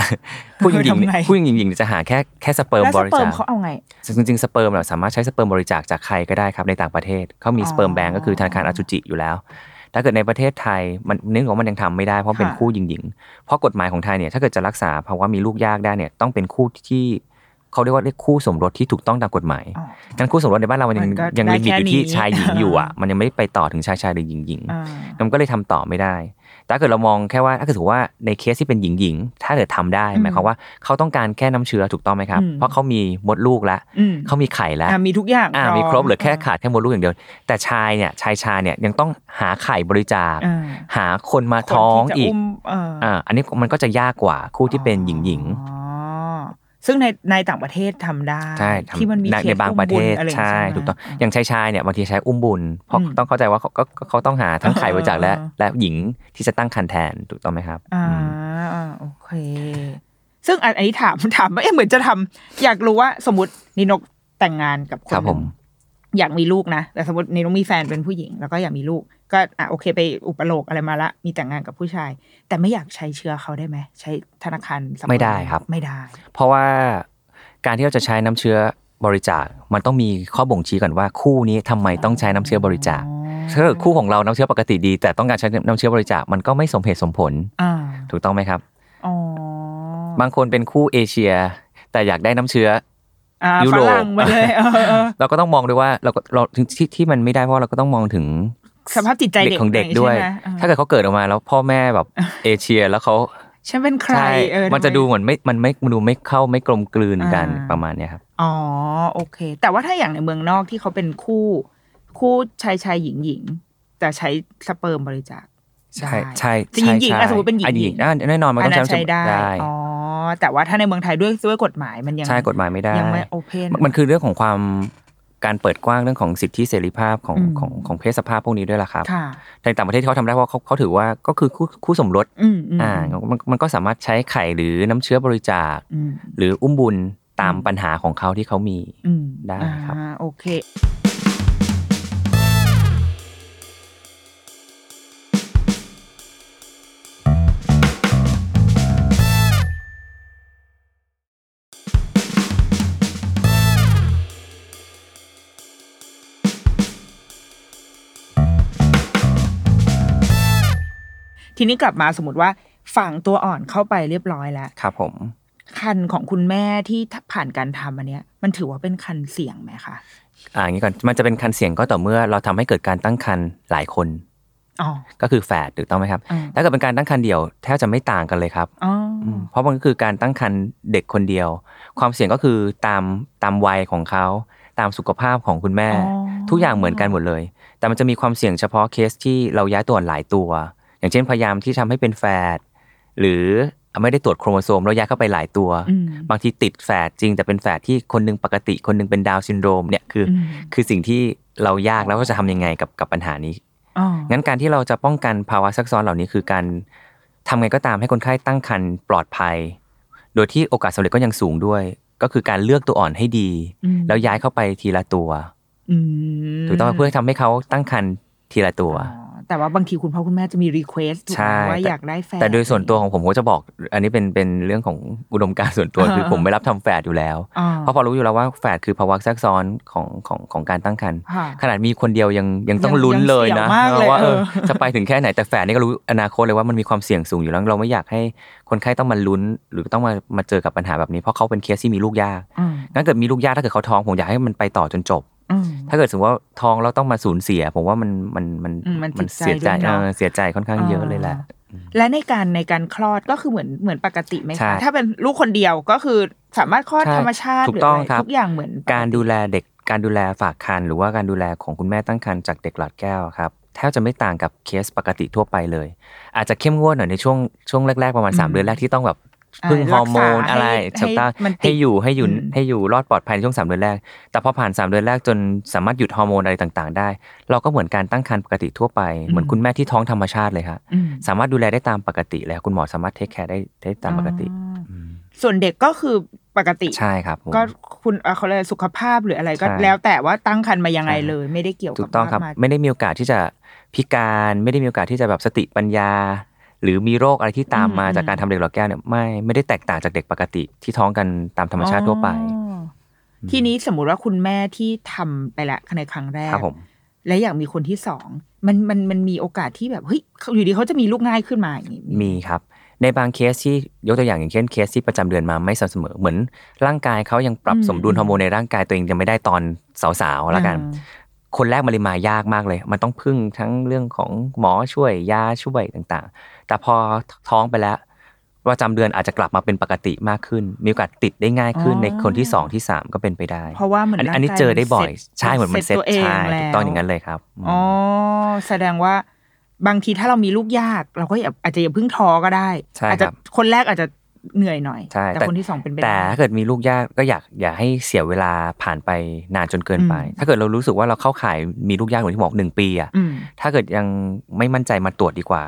C: คู่หญิงหญิง
B: ทำไง
C: คู่หญิงหญิงหญิงจะหาแค่แค่สเปิร์ม
B: แล้ว
C: บ
B: ส
C: ริ
B: เปิร์
C: จาม ค
B: เขาเอาไง
C: ซึ่งจริงๆสเปิร์มเราสามารถใช้สเปิร์มบริจาคจากใครก็ได้ครับในต่างประเทศเขามี
B: อ๋อ
C: สเปิร์มแบงก์ก็คือธนาคารอสุจิอยู่แล้ว ถ้าเกิดในประเทศไทยมันเนื่องของมันยังทำไม่ได้เพราะเป็น
B: ค่ะ
C: คู่หญิงหญิงเพราะกฎหมายของไทยเนี่ยถ้าเกิดจะรักษาภาวะมีลูกยากได้เนี่ยต้องเป็นคู่ที่เขาเรียกว่าเรียกคู่สมรสที่ถูกต้องตามกฎหมาย
B: อ๋อ
C: งั้นคู่สมรสในบ้านเรามันยัง
B: มันก็
C: ยังลิมิตอยู่ที่
B: ได้แค่นี้
C: ชายหญิงอยู่อ่ะ มันยังไม่ไปต่อถึงชายชายหรือหญิงหญิง
B: อ่า
C: มันก็เลยทำต่อไม่ได้ แต่ถ้าเกิดเรามองแค่ว่าถ้าเกิดถือว่าในเคสที่เป็นหญิงหญิงถ้าเกิดทำได้หมายความว่าเขาต้องการแค่น้ำเชื้อถูกต้องไหมครับ เพราะเขามีมดลูกแล้ว
B: อืม
C: เขามีไข่แล้ว
B: อ่ามีทุกอย่าง
C: อ่ามีครบเหลือแค่ขาดแค่มดลูกอย่างเดียว แต่ชายเนี่ยชายชายเนี่ยยังต้องหาไข่บริจาค
B: อ่า
C: หาคนมาท้อง
B: คนที่จะ
C: อีก
B: มเอออ
C: อ่าอันนี้มันก็จะยากกว่าคู่ที่เป็นหญิงหญิง
B: อ๋อ ซึ่งในในต่างประเทศทำได้
C: ใช่ทำ
B: ที่มันมี
C: ใน
B: เคส
C: ในบางประเทศ
B: อุ้มบุญอะไรอย่า
C: ใช่
B: งนี้ใช่ไหม
C: ถูกต้องอย่างชายชายๆเนี่ยบางทีใช้อุ้มบุญเพราะ
B: อืม
C: ต้องเข้าใจว่าเขาก็ก็เขาต้องหาทั้งไข่บริจาคและ
B: อ่า
C: และหญิงที่จะตั้งครรภ์แทนถูกต้องไหมครับ
B: อ่า
C: อืม
B: อ่าโอเค ซึ่งอันอันนี้ถามถามว่าเอ๊ะเหมือนจะทำอยากรู้ว่าสมมตินินกแต่งงานกับค
C: ครั
B: น
C: บ
B: ห
C: ผ
B: นึ่
C: ม
B: งอยากมีลูกนะแต่สมมตินินกมีแฟนเป็นผู้หญิง แล้วก็อยากมีลูก ก็อ่ะโอเคไปอุปโลกอะไรมาละมีแต่งงานกับผู้ชาย แต่ไม่อยากใช้เชื้อเขาได้ไหมใช้ธนาคารสำอง
C: ไม่ได้ครับ
B: ไม่ได้
C: เพราะว่าการที่เราจะใช้น้ำเชื้อบริจาค มันต้องมีข้อบ่งชี้ก่อนว่าคู่นี้ทำไมต้องใช้น้ำเชื้อบริจาค
B: อ๋อ
C: ถ้าเกิดคู่ของเราน้ำเชื้อปกติดี แต่ต้องการใช้น้ำเชื้อบริจาคมันก็ไม่สมเหตุสมผล
B: อ่า
C: ถูกต้องไหมครับ
B: อ๋อบ
C: างคนเป็นคู่เอเชีย แต่อยากได้น้ำเชื้อ
B: อ่า
C: ยุ
B: ฝ
C: โรป
B: รั่งมาเลยเออเอ อ
C: เราก็ต้องมองด้วยว่าเราก็เราถึงที่ที่มันไม่ได้เพราะเราก็ต้องมองถึง
B: สภาพจิตใจ
C: เด็กของเด็กด้วย
B: ใช่ไหมอ่
C: ถ้าเกิดเขาเกิดออกมาแล้วพ่อแม่แบบเอเชียแล้วเขา
B: ฉันเป็นใคร
C: ใช่
B: เออ
C: มันจะ
B: ทำไ
C: ดูเหมือนไม่ มันไม่มันดูไม่เข้าไม่กลมกลืนกัน
B: อ่า
C: ประมาณเนี้ยครับ
B: อ๋อโอเค แต่ว่าถ้าอย่างในเมืองนอกที่เขาเป็นคู่ คู่ชายชายหญิงหญิงแต่ใช้สเปิร์มบริจาค
C: ใช่
B: ได้
C: ใช่
B: จะหญิงหญิง
C: ใช่
B: อ่ะสมมุติเป็นหญิง
C: อ่ะ
B: หญิง
C: อ่ะแน่นอนมัน
B: อัน
C: ต้อง
B: นั้น
C: ใช้
B: ใช้ได้อ๋อแต่ว่าถ้าในเมืองไทยด้วยด้วยกฎหมายมันยัง
C: ใช่กฎหมายไม่ได้
B: ยังไม่โอเพน
C: มันมันคือเรื่องของความการเปิดกว้างเรื่องของสิทธิเสรีภาพของ
B: อืม
C: ของของเพศสภาพพวกนี้ด้วยล่ะครับ
B: ค่ะ
C: แต่ต่างประเทศที่เขาทำได้เพราะเขาเขาถือว่าก็คือคู่คู่สมรส
B: อืมอืม
C: อ่ามันมันก็สามารถใช้ไข่หรือน้ำเชื้อบริจาค
B: อืม
C: หรืออุ้มบุญตามปัญหาของเขาที่เขามี
B: อืม
C: ได้ครับ
B: อ่าโอเค ทีนี้กลับมาสมมติว่าฝังตัวอ่อนเข้าไปเรียบร้อยแล้ว
C: ครับผม
B: คันของคุณแม่ที่ผ่านการทำอันเนี้ย มันถือว่าเป็นคันเสี่ยงไหมคะ
C: อ่าอย่างนี้ก่อนมันจะเป็นคันเสี่ยงก็ต่อเมื่อเราทำให้เกิดการตั้งครรภ์หลายคน
B: อ๋อ
C: ก็คือแฝดถูกต้องไหมครับ
B: อ่า
C: ถ้าเกิดเป็นการตั้งครรภ์เดี่ยวแทบจะไม่ต่างกันเลยครับ
B: อ๋ออ
C: มเพราะมันก็คือการตั้งครรภ์เด็กคนเดียว ความเสี่ยงก็คือตามตามวัยของเขาตามสุขภาพของคุณแม่
B: อ๋อ
C: ทุกอย่างเหมือนกันหมดเลย แต่มันจะมีความเสี่ยงเฉพาะเคสที่เราย้ายตัวอ่อนหลายตัว อย่างเช่นพยายามที่ทำให้เป็นแฝดหรือไม่ได้ตรวจโครโมโซมแล้วย้ายเข้าไปหลายตัว
B: อืม
C: บางทีติดแฝดจริงแต่เป็นแฝดที่คนหนึงปกติ คนหนึงเป็นดาวน์ซินโดรมเนี่ยคืออ
B: อืม
C: คือสิ่งที่เรายากแล้วก็จะทำยังไงกับกับปัญหานี้
B: อ๋อ
C: งั้นการที่เราจะป้องกันภาวะซักซ้อนเหล่านี้คือการทำไงก็ตามให้คนไข้ตั้งครรภ์ปลอดภัย โดยที่โอกาสสำเร็จก็ยังสูงด้วย ก็คือการเลือกตัวอ่อนให้ดี
B: อืม
C: แล้วย้ายเข้าไปทีละตัว
B: อืม
C: ถูกต้องไหมเพื่อทำให้เขาตั้งครรภ์ทีละตัว
B: อ๋อแต่ว่าบางทีคุณพ่อคุณแม่จะมีรีเควสต์
C: ใช่
B: ว่า
C: แต่
B: อยากได้แฟน
C: แต่โดยส่วนตัวของผมก็จะบอก อันนี้เป็นเป็นเรื่องของอุดมการณ์ ส่วนตัว
B: อ่า
C: คือผมไม่รับทำแฝดอยู่แล้ว
B: อ๋อ
C: เพราะพอรู้อยู่แล้วว่าแฝดคือภาวะแทรกซ้อนของของของการตั้งครรภ์
B: ค่ะ
C: ขนาดมีคนเดียวยังยังต้อง
B: ยัง
C: ลุ้นเลย
B: ยังเสี่ย
C: นะ
B: งมากเลย
C: ว่าเออ
B: เออ
C: จะไปถึงแค่ไหนแต่แฝดนี่ก็รู้อนาคตเลยว่ามันมีความเสี่ยงสูงอยู่แล้วเราไม่อยากให้คนไข้ต้องมาลุ้น หรือต้องมามาเจอกับปัญหาแบบนี้เพราะเขาเป็นเคสที่มีลูกยาก
B: อืม
C: งั้นเกิดมีลูกยากถ้าเกิดเขาท้องผมอยากให้มันไปต่อจนจบ
B: อืม
C: ถ้าเกิดสมมติว่าท้องเราต้องมาสูญเสีย ผมว่ามันมันมัน
B: อืมมันจิตใจ
C: เสียใจ
B: ด้วยเนอะ
C: เออเสียใจค่อนข้างเยอะเลยแหละ
B: อ่า และในการในการคลอดก็คือเหมือนเหมือนปกติไหม
C: ใช่
B: คะถ้าเป็นลูกคนเดียวก็คือสามารถคลอด
C: ใช่
B: ธรรมชาติ
C: ถูก
B: หะไ
C: ต้องครับ
B: ทุกอย่างเหมือนปติ
C: การดูแลเด็กการดูแลฝากครรภ์หรือว่าการดูแลของคุณแม่ตั้งครรภ์จากเด็กหลอดแก้วอะครับแทบจะไม่ต่างกับเคสปกติทั่วไปเลย อาจจะเข้มงวดหน่อยในช่วงช่วงแรก ๆ ประมาณ 3 เดือนแรกที่ต้องแบบ
B: า
C: พึ่งฮอร์โมน
B: รักษา
C: อะไร
B: ให้
C: ถูกต้อง
B: ให้มันติด
C: ให้อยู่ให้อยู่
B: อืม
C: ให้อยู่รอดปลอดภัยในช่วง 3 เดือนแรก แต่พอผ่าน 3 เดือนแรกจนสามารถหยุดฮอร์โมนอะไรต่างๆ ได้ เราก็เหมือนการตั้งครรภ์ปกติทั่วไปเหมือนคุณแม่ที่ท้องธรรมชาติเลยครับ
B: อืม
C: สามารถดูแลได้ตามปกติเลยครับคุณหมอสามารถเทคแคร์ได้ได้ตามปกติ
B: อ่า
C: อืม
B: ส่วนเด็กก็คือปกติ
C: ใช่ครับผม
B: ก็คุณเอ่อเขาเรียกอะไรสุขภาพหรืออะไรก็
C: ใช่
B: แล้วแต่ว่าตั้งครรภ์มายังไง
C: ใช่
B: เลย ไม่ได้เกี่ยว
C: ถู
B: กับ
C: กต้องครับ
B: ว่ามา
C: ไม่ได้มีโอกาสที่จะพิการไม่ได้มีโอกาสที่จะแบบสติปัญญา หรือมีโรคอะไรที่ตามมา
B: อืม
C: จากการทำเด็กหลอดแก้วเนี่ยไม่ไม่ได้แตกต่างจากเด็กปกติที่ท้องกันตามธรรมชาติทั่วไป
B: อ๋อทีนี้สมมุติว่าคุณแม่ที่ทำไปละในครั้งแรก
C: ครับผม
B: และอยากมีคนที่สองมันมันมันมีโอกาสที่แบบเฮ้ยอยู่ดีเขาจะมีลูกง่ายขึ้นมาอย่างนี้
C: มีครับ ในบางเคสที่ยกตัวอย่างอย่างเช่นเคสที่ประจำเดือนมาไม่สม่ำเสมอเหมือน ร่างกายเขายังปรับสมดุลฮอร์โมนในร่างกายตัวเองยังไม่ได้ตอนสาวๆแล้วกัน
B: อ่า
C: คนแรกมันเลยมายากมากเลย มันต้องพึ่งทั้งเรื่องของหมอช่วยยาช่วยต่างๆ แต่พอท้องไปแล้วประจำเดือนอาจจะกลับมาเป็นปกติมากขึ้น มีโอกาสติดได้ง่ายขึ้นในคนที่สองที่สามก็เป็นไปได้
B: เพราะว่าเหมือน
C: อัน
B: ร่าง
C: อันนี้
B: กาย
C: เจอได้บ่อย
B: ซ็ต
C: ใช่เหมือนมันเซ็ต
B: ตัวเอง
C: ใช่
B: แล้ว
C: ถูกต้องอย่างนั้นเลยครับม
B: อ๋อแสดงว่าบางทีถ้าเรามีลูกยาก เราก็อย่าอาจจะอย่าเพึ่งท้อก็ได้
C: ใช่ครับ
B: อาจจะคนแรกอาจจะ เหนื่อยหน่อย
C: ใช่
B: แต่
C: แต่
B: คนที่สองเป็นไป
C: แต่
B: ได้
C: ถ้าเกิดมีลูกยากก็อยากอย่าให้เสียเวลาผ่านไปนานจนเกินไป
B: อืม
C: ถ้าเกิดเรารู้สึกว่าเราเข้าข่ายมีลูกยากเหมือนที่หมอบอกหนึ่งปีอะ
B: อืม
C: ถ้าเกิดยังไม่มั่นใจมาตรวจดีกว่า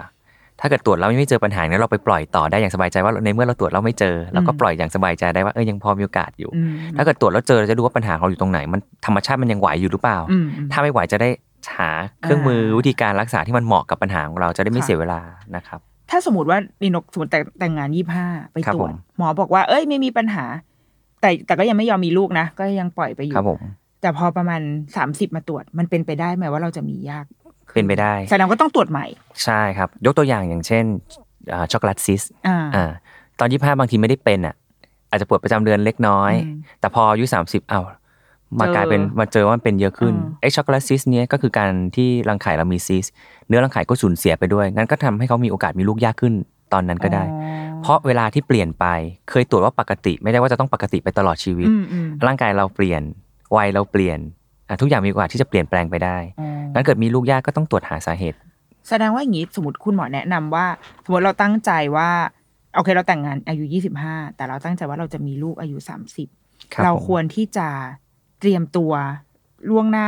C: ถ้าเกิดตรวจแล้วยังไม่เจอปัญหาเนี่ยเราไปปล่อยต่อได้อย่างสบายใจว่าในเมื่อเราตรวจเราไม่เจอเราก็
B: อืม
C: ปล่อยอย่างสบายใจได้ว่าเอ้ยยังพอมีโอกาสอยู่
B: อืม
C: ถ้าเกิดตรวจแล้วเจอเราจะดูว่าปัญหาของเราอยู่ตรงไหน มันธรรมชาติมันยังไหวอยู่หรือเปล่า
B: อืมอืม
C: ถ้าไม่ไหวจะได้หาเครื่องมือ
B: อ่า
C: วิธีการรักษาที่มันเหมาะกับปัญหาของเราจะได้ไม่
B: ค่ะ
C: เสียเวลานะครับ
B: ถ้าสมมติว่านี่นกสมมติแต่งแต่งงานยี่ห้าไป
C: ครับ
B: ตรวจ
C: ผม
B: หมอบอกว่าเอ้ยไม่มีปัญหา แต่แต่ก็ยังไม่ยอมมีลูกนะ ก็ยังปล่อยไปอ
C: ค
B: ยู่
C: รับผม
B: แต่พอประมาณสามสิบมาตรวจมันเป็นไปได้ไหมว่าเราจะมียากขึ้
C: เป็นไปได้
B: แสดงว่าต้องตรวจใหม่
C: ใช่ครับ ยกตัวอย่างอย่างเช่นอ่าช็อกโกแลตซิสต์
B: อ่า
C: อ่าตอนยี่ห้าบางทีไม่ได้เป็นอ่ะอาจจะปวดประจำเดือนเล็กน้อย
B: อืม
C: แต่พออายุสามสิบอ้าวมากลายเป็น
B: เจอ
C: มาเจอว่ามันเป็นเยอะขึ้น
B: อ่า
C: ไอ้ช็อกโกแลตซิสต์เนี้ยก็คือการที่รังไข่เรามีซิสต์เนื้อรังไข่ก็สูญเสียไปด้วย งั้นก็ทำให้เขามีโอกาสมีลูกยากขึ้นตอนนั้นก็ได้
B: อ๋อ
C: เพราะเวลาที่เปลี่ยนไปเคยตรวจว่าปกติไม่ได้ว่าจะต้องปกติไปตลอดชีวิต
B: อืมอืม
C: ร่างกายเราเปลี่ยนวัยเราเปลี่ยนอ่ะทุกอย่างมีโอกาสที่จะเปลี่ยนแปลงไปได้
B: อ๋อ
C: งั้นเกิดมีลูกยากก็ต้องตรวจหาสาเหตุ
B: แสดงว่าอย่างนี้สมมติคุณหมอแนะนำว่า สมมติเราตั้งใจว่าโอเคเราแต่งงานอายุ 25 แต่เราตั้งใจว่าเราจะมีลูกอายุ
C: ครับ
B: 30 เรา
C: ผม
B: ควรที่จะเตรียมตัวล่วงหน้า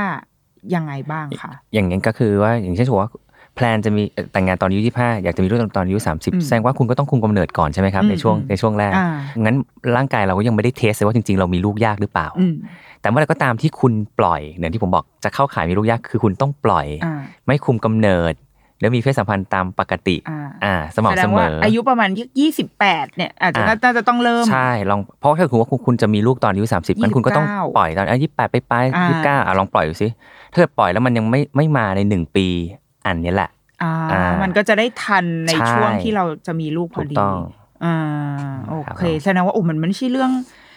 B: ยังไงบ้างคะ
C: อย่างนั้นก็คือว่าอย่างเช่นถือว่าแพลนจะมีเอ่อแต่งงานตอนอายุ25อยากจะมีลูกตอนอายุ30 แสดงว่าคุณก็ต้องคุมกำเนิดก่อนใช่ไหมครับ ในช่วงในช่วงแรก
B: อ่า
C: งั้นร่างกายเราก็ยังไม่ได้เทสเลยว่าจริงๆ เรามีลูกยากหรือเปล่า
B: อืม
C: แต่เมื่อไหรก็ตามที่คุณปล่อยอย่างที่ผมบอกจะเข้าข่ายมีลูกยากคือคุณต้องปล่อย
B: อ่า
C: ไม่คุมกำเนิด แล้วมีเพศสัมพันธ์ตามปกติ
B: อ่า
C: อ่าส
B: แส
C: ม่ำ
B: ด
C: เส
B: ง
C: ม
B: ว่า
C: อ
B: อา
C: อา
B: ยุประมาณ28 เนี่ย อาจจะ
C: อ่ะ
B: น่าจะต้องเริ่ม
C: ใช่ลองเพราะถ้าคุณว่าคุณคุณจะมีลูกตอนอายุ30งั้นคุณก็ต้อง
B: 29
C: ปล่อยตอนอายุ28ไปไป
B: อ่า
C: 29อ่ะลองปล่อยดูสิถ้าเกิดปล่อยแล้วมันยังไม่ไม่มาในหนึ่งปีอันเนี้ยแหละ
B: อ่า
C: อ่ามั
B: มันก็จะได้ทันใน
C: ใช่
B: ช่วงที่เราจะมีลูกพ
C: ถู
B: อกดี
C: ต้อง
B: อ่าโอ
C: ครับ
B: เค
C: ผม
B: แสดงว่าโอ้มันไม่ใช่เรื่อง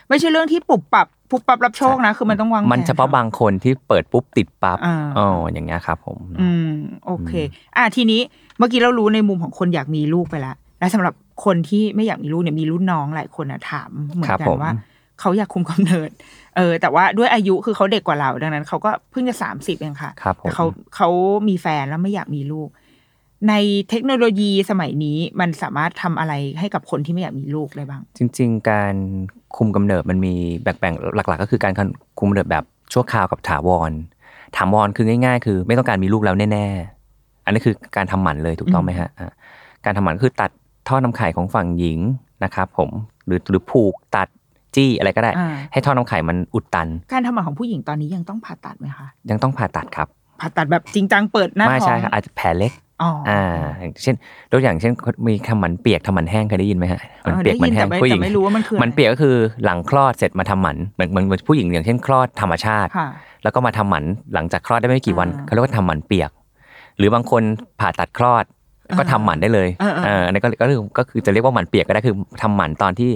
B: ไม่ใช่เรื่องที่ปุบปรับปุบปรับรับโชคนะ คือมันต้องวางแผน
C: มันเฉพาะบางคนที่เปิดปุ๊บติดปั๊บ
B: อ่า
C: อ๋ออย่างเงี้ยครับผม
B: อืมโอเค อ่าทีนี้เมื่อกี้เรารู้ในมุมของคนอยากมีลูกไปละและสำหรับคนที่ไม่อยากมีลูกเนี่ยมีรุ่นน้องหลายคนอะถามเหมือน
C: ครับ
B: กั
C: ผ
B: น
C: ม
B: ว่า เขาอยากคุมกำเนิด เออ แต่ว่าด้วยอายุคือเขาเด็กกว่าเราดังนั้นเขาก็เพิ่งจะสามสิบเองค่ะ
C: ครับผ
B: แต่
C: ม
B: เขาเขามีแฟนแล้วไม่อยากมีลูก ในเทคโนโลยีสมัยนี้มันสามารถทำอะไรให้กับคนที่ไม่อยากมีลูกได้บ้าง
C: จริง ๆ การคุมกำเนิดมันมีแบ่งๆหลัก ๆ ก็คือการคุมกำเนิดแบบชั่วคราวกับถาวร ถาวรคือง่าย ๆ คือไม่ต้องการมีลูกแล้วแน่ๆ อันนี้คือการทำหมันเลยถูกต้องไหมฮะอ่ะการทำหมันคือตัดท่อนำไข่ของฝั่งหญิงนะครับผมหรือหรือผูกตัดจี้อะไรก็ได้
B: อ่า
C: ให้ท่อนำไข่มันอุดตัน
B: การทำหมันของผู้หญิงตอนนี้ยังต้องผ่าตัดไหมคะ
C: ยังต้องผ่าตัดครับ
B: ผ่าตัดแบบจริงจังเปิดหน้า
C: ไม่
B: ท้อง
C: ใช่ครับอาจจะแผลเล็ก
B: อ๋ออ่า
C: อ่าอย่างเช่นตัวอย่างเช่นมีทำหมันเปียกทำหมันแห้งเคยได้ยินไหมฮะหมันเปียกหมันแห้ง
B: ได้
C: ผู้ห
B: ยิ
C: ญิ
B: นแต่ไม่แต่
C: ง
B: ไม่รู้ว่ามันคือ
C: มันเปียกก็คือหลังคลอดเสร็จมาทำหมันเหมือนเหมือนเหมือนผู้หญิงอย่างเช่นคลอดธรรมชาติ
B: ค่ะ
C: แล้วก็มาทำหมันหลังจากคลอดได้ไม่กี่วัน
B: อ่า
C: เขาเรียกว่าทำหมันเปียก หรือบางคนผ่าตัดคลอดก็
B: อ่า
C: ทำหมันได้เลย
B: เออเออ
C: เอออันนี้ก็ก็คือก็คือจะเรียกว่าหมันเปียกก็ได้คือทำหมันตอนที่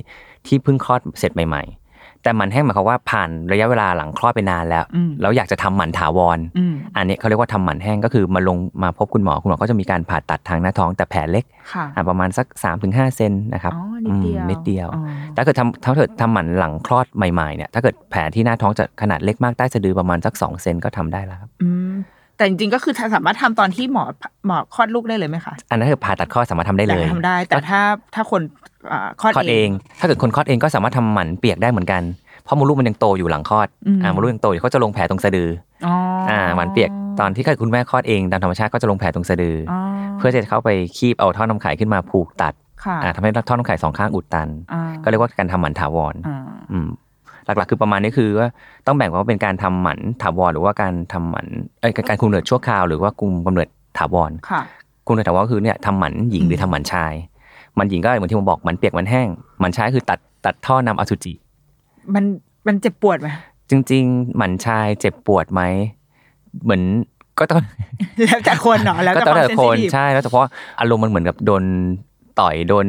C: ที่เพิ่งคลอดเสร็จใหม่ ๆ แต่หมันแห้งหมายความว่าผ่านระยะเวลาหลังคลอดไปนานแล้ว
B: อืม
C: แล้วอยากจะทำหมันถาวร
B: อืม
C: อันนี้เขาเรียกว่าทำหมันแห้งก็คือมาลงมาพบคุณหมอคุณหมอก็จะมีการผ่าตัดทางหน้าท้องแต่แผลเล็ก
B: ค่ะ
C: อ่ะประมาณสัก 3-5เซนนะครับ
B: อ๋อนิดเดียว
C: อืมนิดเดียว
B: อ๋อ
C: ถ้าเกิดทำถ้าเกิดทำหมันหลังคลอดใหม่ๆเนี่ยถ้าเกิดแผลที่หน้าท้องจะขนาดเล็กมากใต้สะดือประมาณสัก2เซนก็ทำได้แล้วครับ
B: อืมแต่จริงๆก็คือสามารถทำตอนที่หมอหมอคลอดลูกได้เลยไหมคะ
C: อันนั้นคือผ่าตัดข้อดสามารถทำได้เลย
B: แต่ทำได้ แต่ถ้าถ้าคนอ่าคลอด
C: คลอด
B: เอ
C: เอง ง ถ้าเกิดคนคลอดเองก็สามารถทำหมันเปียกได้เหมือนกันเพราะมดลูกมันยังโตอยู่หลังคลอด
B: อืม
C: อ่ามดลูกยังโตอยู่เขาจะลงแผลตรงสะดือ
B: อ๋ออ่
C: อาหมันเปียกตอนที่เกิดคุณแม่คลอดเองตามธรรมชาติก็จะลงแผลตรงสะดืออ
B: อ๋อ
C: เพื่อจะเข้าไปคีบเอาท่อนำไข่ขึ้นมาผูกตัด
B: ค่ะ
C: อ่าทำให้ท่อนำไข่สองข้างอุดตัน
B: อ่า
C: ก็เรียกว่าการทำหมันถาวร
B: อ่า
C: อืมหลักๆคือประมาณนี้คือว่าต้องแบ่งว่าเป็นการทำหมันถาวรหรือว่าการทำหมันเอ้ยการคุมกำเนิดชั่วคราวหรือว่าคุมกำเนิดถาวร
B: ค่ะ
C: คุมกำเนิดถาวรก็คือเนี่ยทำหมันหญิง
B: อืม
C: หรือทำหมันชายหมันหญิงก็เหมือนที่ผมบอกหมันเปียกหมันแห้งหมันชายคือตัดตัดท่อนำอสุจิ
B: มันมันเจ็บปวดไหม
C: จริง ๆ หมันชายเจ็บปวดไหมเหมือนก็ต้อง
B: แล้วแต่คนเนาะแล้ว
C: ก็
B: แต่ค
C: ต้อ
B: วาง มเซ
C: แต่
B: น
C: ค
B: ซิ
C: น
B: ทีฟ
C: ใช่แล้วแต่เพราะอารมณ์มันเหมือนกับโดนต่อยโดน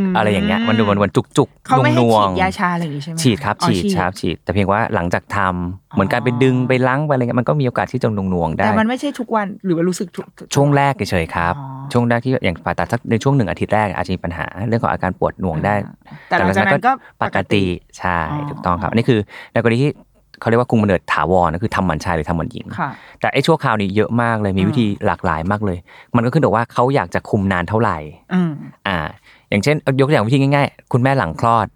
B: ม
C: อะไรอย่างเงี้ยมันดูมันจุกจุกๆ
B: เขาไม่ให้
C: นว
B: ฉี
C: ง
B: ด
C: ๆ
B: ยาชาอะไรอย่างนี้ใช่ไหม
C: ฉีดครับ
B: อ๋อ
C: ฉีดครับฉีด แต่เพียงว่าหลังจากทำเหมือนการไปดึงไปล้างไปอะไรเงี้ยมันก็มีโอกาสที่จะหน่วงๆได้
B: แต่มันไม่ใช่ทุกวันหรือว่ารู้สึกทุก
C: ช่วงแรกเฉยๆครับ
B: อ๋อ
C: ช่วงแรกที่อย่างผ่าตัดสักในช่วงหนึ่งอาทิตย์แรกอาจจะมีปัญหาเรื่องของอาการปวดหน่วงได้
B: แต่หลังจากนั้นก็
C: ปกติใช่
B: อ๋อ
C: ถูกต้องครับอันนี้คือในกรณีที่เขาเรียกว่าคุมกำเนิดถาวรนะคือทำหมันชายหรือทำหมันหญิง
B: ค่ะ
C: แต่ไอ้ชั่วคราวนี้เยอะมากเลยมีวิธีหลากหลายมากเลย มันก็ขึ้นอยู่กับว่าเขาอยากจะคุมนานเท่าไหร่
B: อืม
C: อ่า อย่างเช่นยกตัวอย่างวิธีง่ายๆ คุณแม่หลังคลอด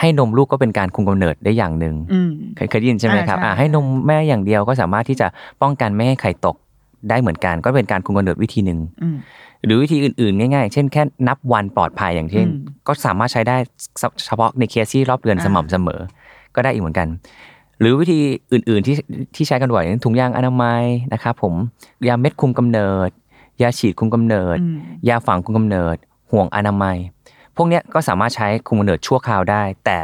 C: ให้นมลูกก็เป็นการคุมกำเนิดได้อย่างหนึ่ง
B: อืม
C: เคยเคยได้ยินใช่ไหมครับ
B: อ่าใช่
C: อ่าให้นมแม่อย่างเดียวก็สามารถที่จะป้องกันไม่ให้ไข่ตกได้เหมือนกัน ก็เป็นการคุมกำเนิดวิธีหนึ่ง
B: อืม
C: หรือวิธีอื่นๆ ง่ายๆ เช่นแค่นับวันปลอดภัยอย่างเช่น
B: อืม
C: ก็สามารถใช้ได้เฉพาะในเคสที่รอบเดือน
B: อ่า
C: สม่ำเสมอ ก็ได้อีกเหมือนกัน หรือวิธีอื่นๆที่ที่ใช้กันบ่อยอย่างถุงยางอนามัยนะครับผมยาเม็ดคุมกำเนิด ยาฉีดคุมกำเนิด
B: อืม
C: ยาฝังคุมกำเนิด ห่วงอนามัย พวกเนี้ยก็สามารถใช้คุมกำเนิดชั่วคราวได้ แต่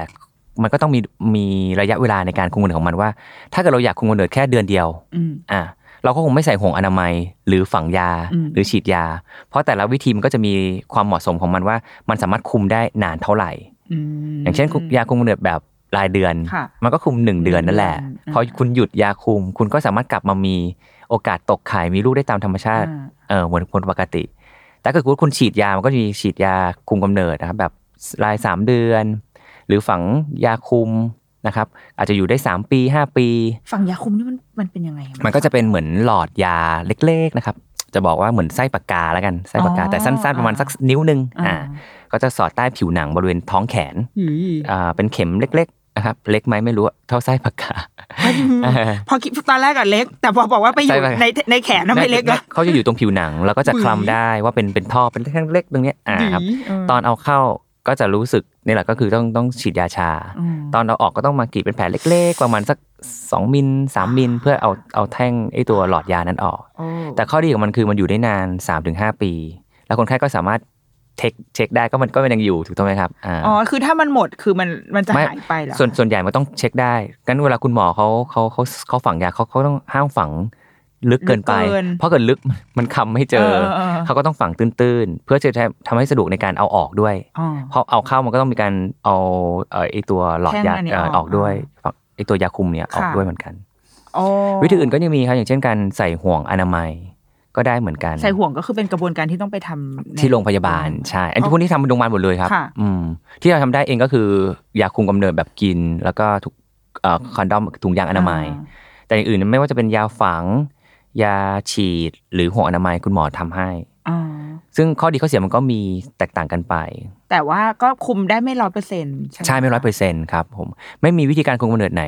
C: มันก็ต้องมีมีระยะเวลาในการคุมกำเนิดของมันว่า ถ้าเกิดเราอยากคุมกำเนิดแค่เดือนเดียว
B: อืม
C: อ่ะเราก็คงไม่ใส่ห่วงอนามัย หรือฝังยา
B: อืม
C: หรือฉีดยา เพราะแต่ละวิธีมันก็จะมีความเหมาะสมของมันว่า มันสามารถคุมได้นานเท่าไหร่
B: อืม
C: อย่างเช่นยาคุมกำเนิดแบบรายเดือน
B: ค่ะ
C: มันก็คุมหนึ่งเดือนนั่นแหละ
B: อืม
C: พอคุณหยุดยาคุม คุณก็สามารถกลับมามีโอกาสตกไข่มีลูกได้ตามธรรมชาติ
B: อ่า
C: เออเหมือนคนปกติ แต่ถ้าเกิดคุณคุณฉีดยา มันก็จะมีฉีดยาคุมกำเนิดนะครับ แบบราย 3 เดือน หรือฝังยาคุมนะครับ อาจจะอยู่ได้ 3 ปี 5 ปี
B: ฝั่งยาคุมนี่มันมันเป็นยังไงอ
C: มันก็จะเป็นเหมือนหลอดยาเล็กๆนะครับ จะบอกว่าเหมือนไส้ปากกาแล้วกันไส้ปากกา
B: อ๋อ
C: แต่สั้นๆประมาณสักนิ้วหนึง
B: อ่า
C: อ่าก็จะสอดใต้ผิวหนังบริเวณท้องแขน
B: หืย
C: อ่าเป็นเข็มเล็กๆนะครับเล็กไหมไม่รู้อะเท่าไส้ปากกา
B: พอคิดตอนแรกอะเล็ก แต่พอบอกว่าไปอ
C: ใช่
B: ยู่
C: ไหม
B: ในในแขนนะไม่เล็กละ
C: เขาจะอยู่ตรงผิวหนังแล้วก็จะคลำได้ว่าเป็นเป็นท่อเป็นเล็กๆตรงเนี้ยอ่าครับ
B: หืยเ
C: ตอนเอาเข้าก็จะรู้สึกนี่แหละก็คือต้องต้องฉีดยาชา
B: อืม
C: ตอนเราออกก็ต้องมากรีดเป็นแผลเล็กๆ ประมาณสัก 2มิล3มิลเพื่อเอาเอาแท่งไอ้ตัวหลอดยานั้นออก
B: โอ้
C: แต่ข้อดีของมันคือมันอยู่ได้นาน 3-5 ปี แล้วคนไข้ก็สามารถเทคเช็คได้ก็มันก็มันยังอยู่ถูกต้องไหมครับอ่า
B: อ๋อ คือถ้ามันหมด คือมัน มันจะ
C: ไม่
B: หายไปเหรอ
C: ส่วนส่วนใหญ่มันต้องเช็คได้งั้นเวลาคุณหมอเขาเขาเขาเขาฝังยาเขาเขาต้องห้ามฝังลึกเกินไป เพราะเกิด ลึกมันคำไม่เจอ
B: เออ
C: เขาก็ต้องฝังตื้นๆ เพื่อจะทำให้สะดวกในการเอาออกด้วย
B: อ๋อ
C: พอเอาเข้ามันก็ต้องมีการเอาเอ่อไอตัวหลอดยา
B: แท่งอันนี้
C: เอ่อ
B: อ
C: อ
B: อ
C: อก กด้วยฝั่งไอตัวยาคุมเนี่ยออก
B: ค่ะ
C: ด้วยเหมือนกัน
B: อ๋อ
C: วิธีอื่นก็ยังมีครับอย่างเช่นการใส่ห่วงอนามัยก็ได้เหมือนกัน
B: ใส่ห่วงก็คือเป็นกระบวนการที่ต้องไปทำใน
C: ที่โรงพยาบาลใช่อัน
B: อ๋
C: ที่
B: อ
C: พวกนี้ทำโรงพยาบาลหมดเลยครับ
B: ค่ะ
C: อืมที่เราทำได้เองก็คือยาคุมกำเนิดแบบกิน แล้วก็ทุกเอ่อคอนดอมถุงยางอนามัย แต่อย่างอื่นไม่ว่าจะเป็นยาฝัง ยาฉีด หรือห่วงอนามัยคุณหมอทำให้
B: อ่า
C: ซึ่งข้อดีข้อเสียมันก็มีแตกต่างกันไป
B: แต่ว่าก็คุมได้ไม่ร้อยเปอร์เซ็นต์
C: ใช่ไม่ร้อยเปอร์เซ็นต์ครับผมไม่มีวิธีการคุมกำเนิดไหน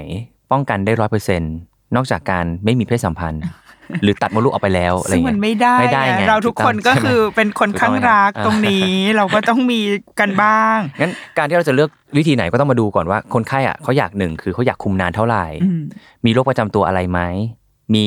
C: ป้องกันได้ร้อยเปอร์เซ็นต์นอกจากการไม่มีเพศสัมพันธ์ หรือตัดมดลูกออกไปแล้วอะไร
B: ซึ่ง
C: เงี้ย
B: มันไม่ได้
C: ไม่ได้
B: นะ
C: ไง
B: เราทุกคนก็คือเป็นคน
C: ถูกต้อง
B: ข้างรัก
C: ไหม
B: ตรงนี้ เราก็ต้องมีกันบ้าง
C: งั้นการที่เราจะเลือกวิธีไหนก็ต้องมาดูก่อนว่าคนไข้อ่ะเขาอยากหนึ่งคือเขาอยากคุมนานเท่าไหร่
B: อืม
C: มีโรคประจำตัวอะไรไหม มี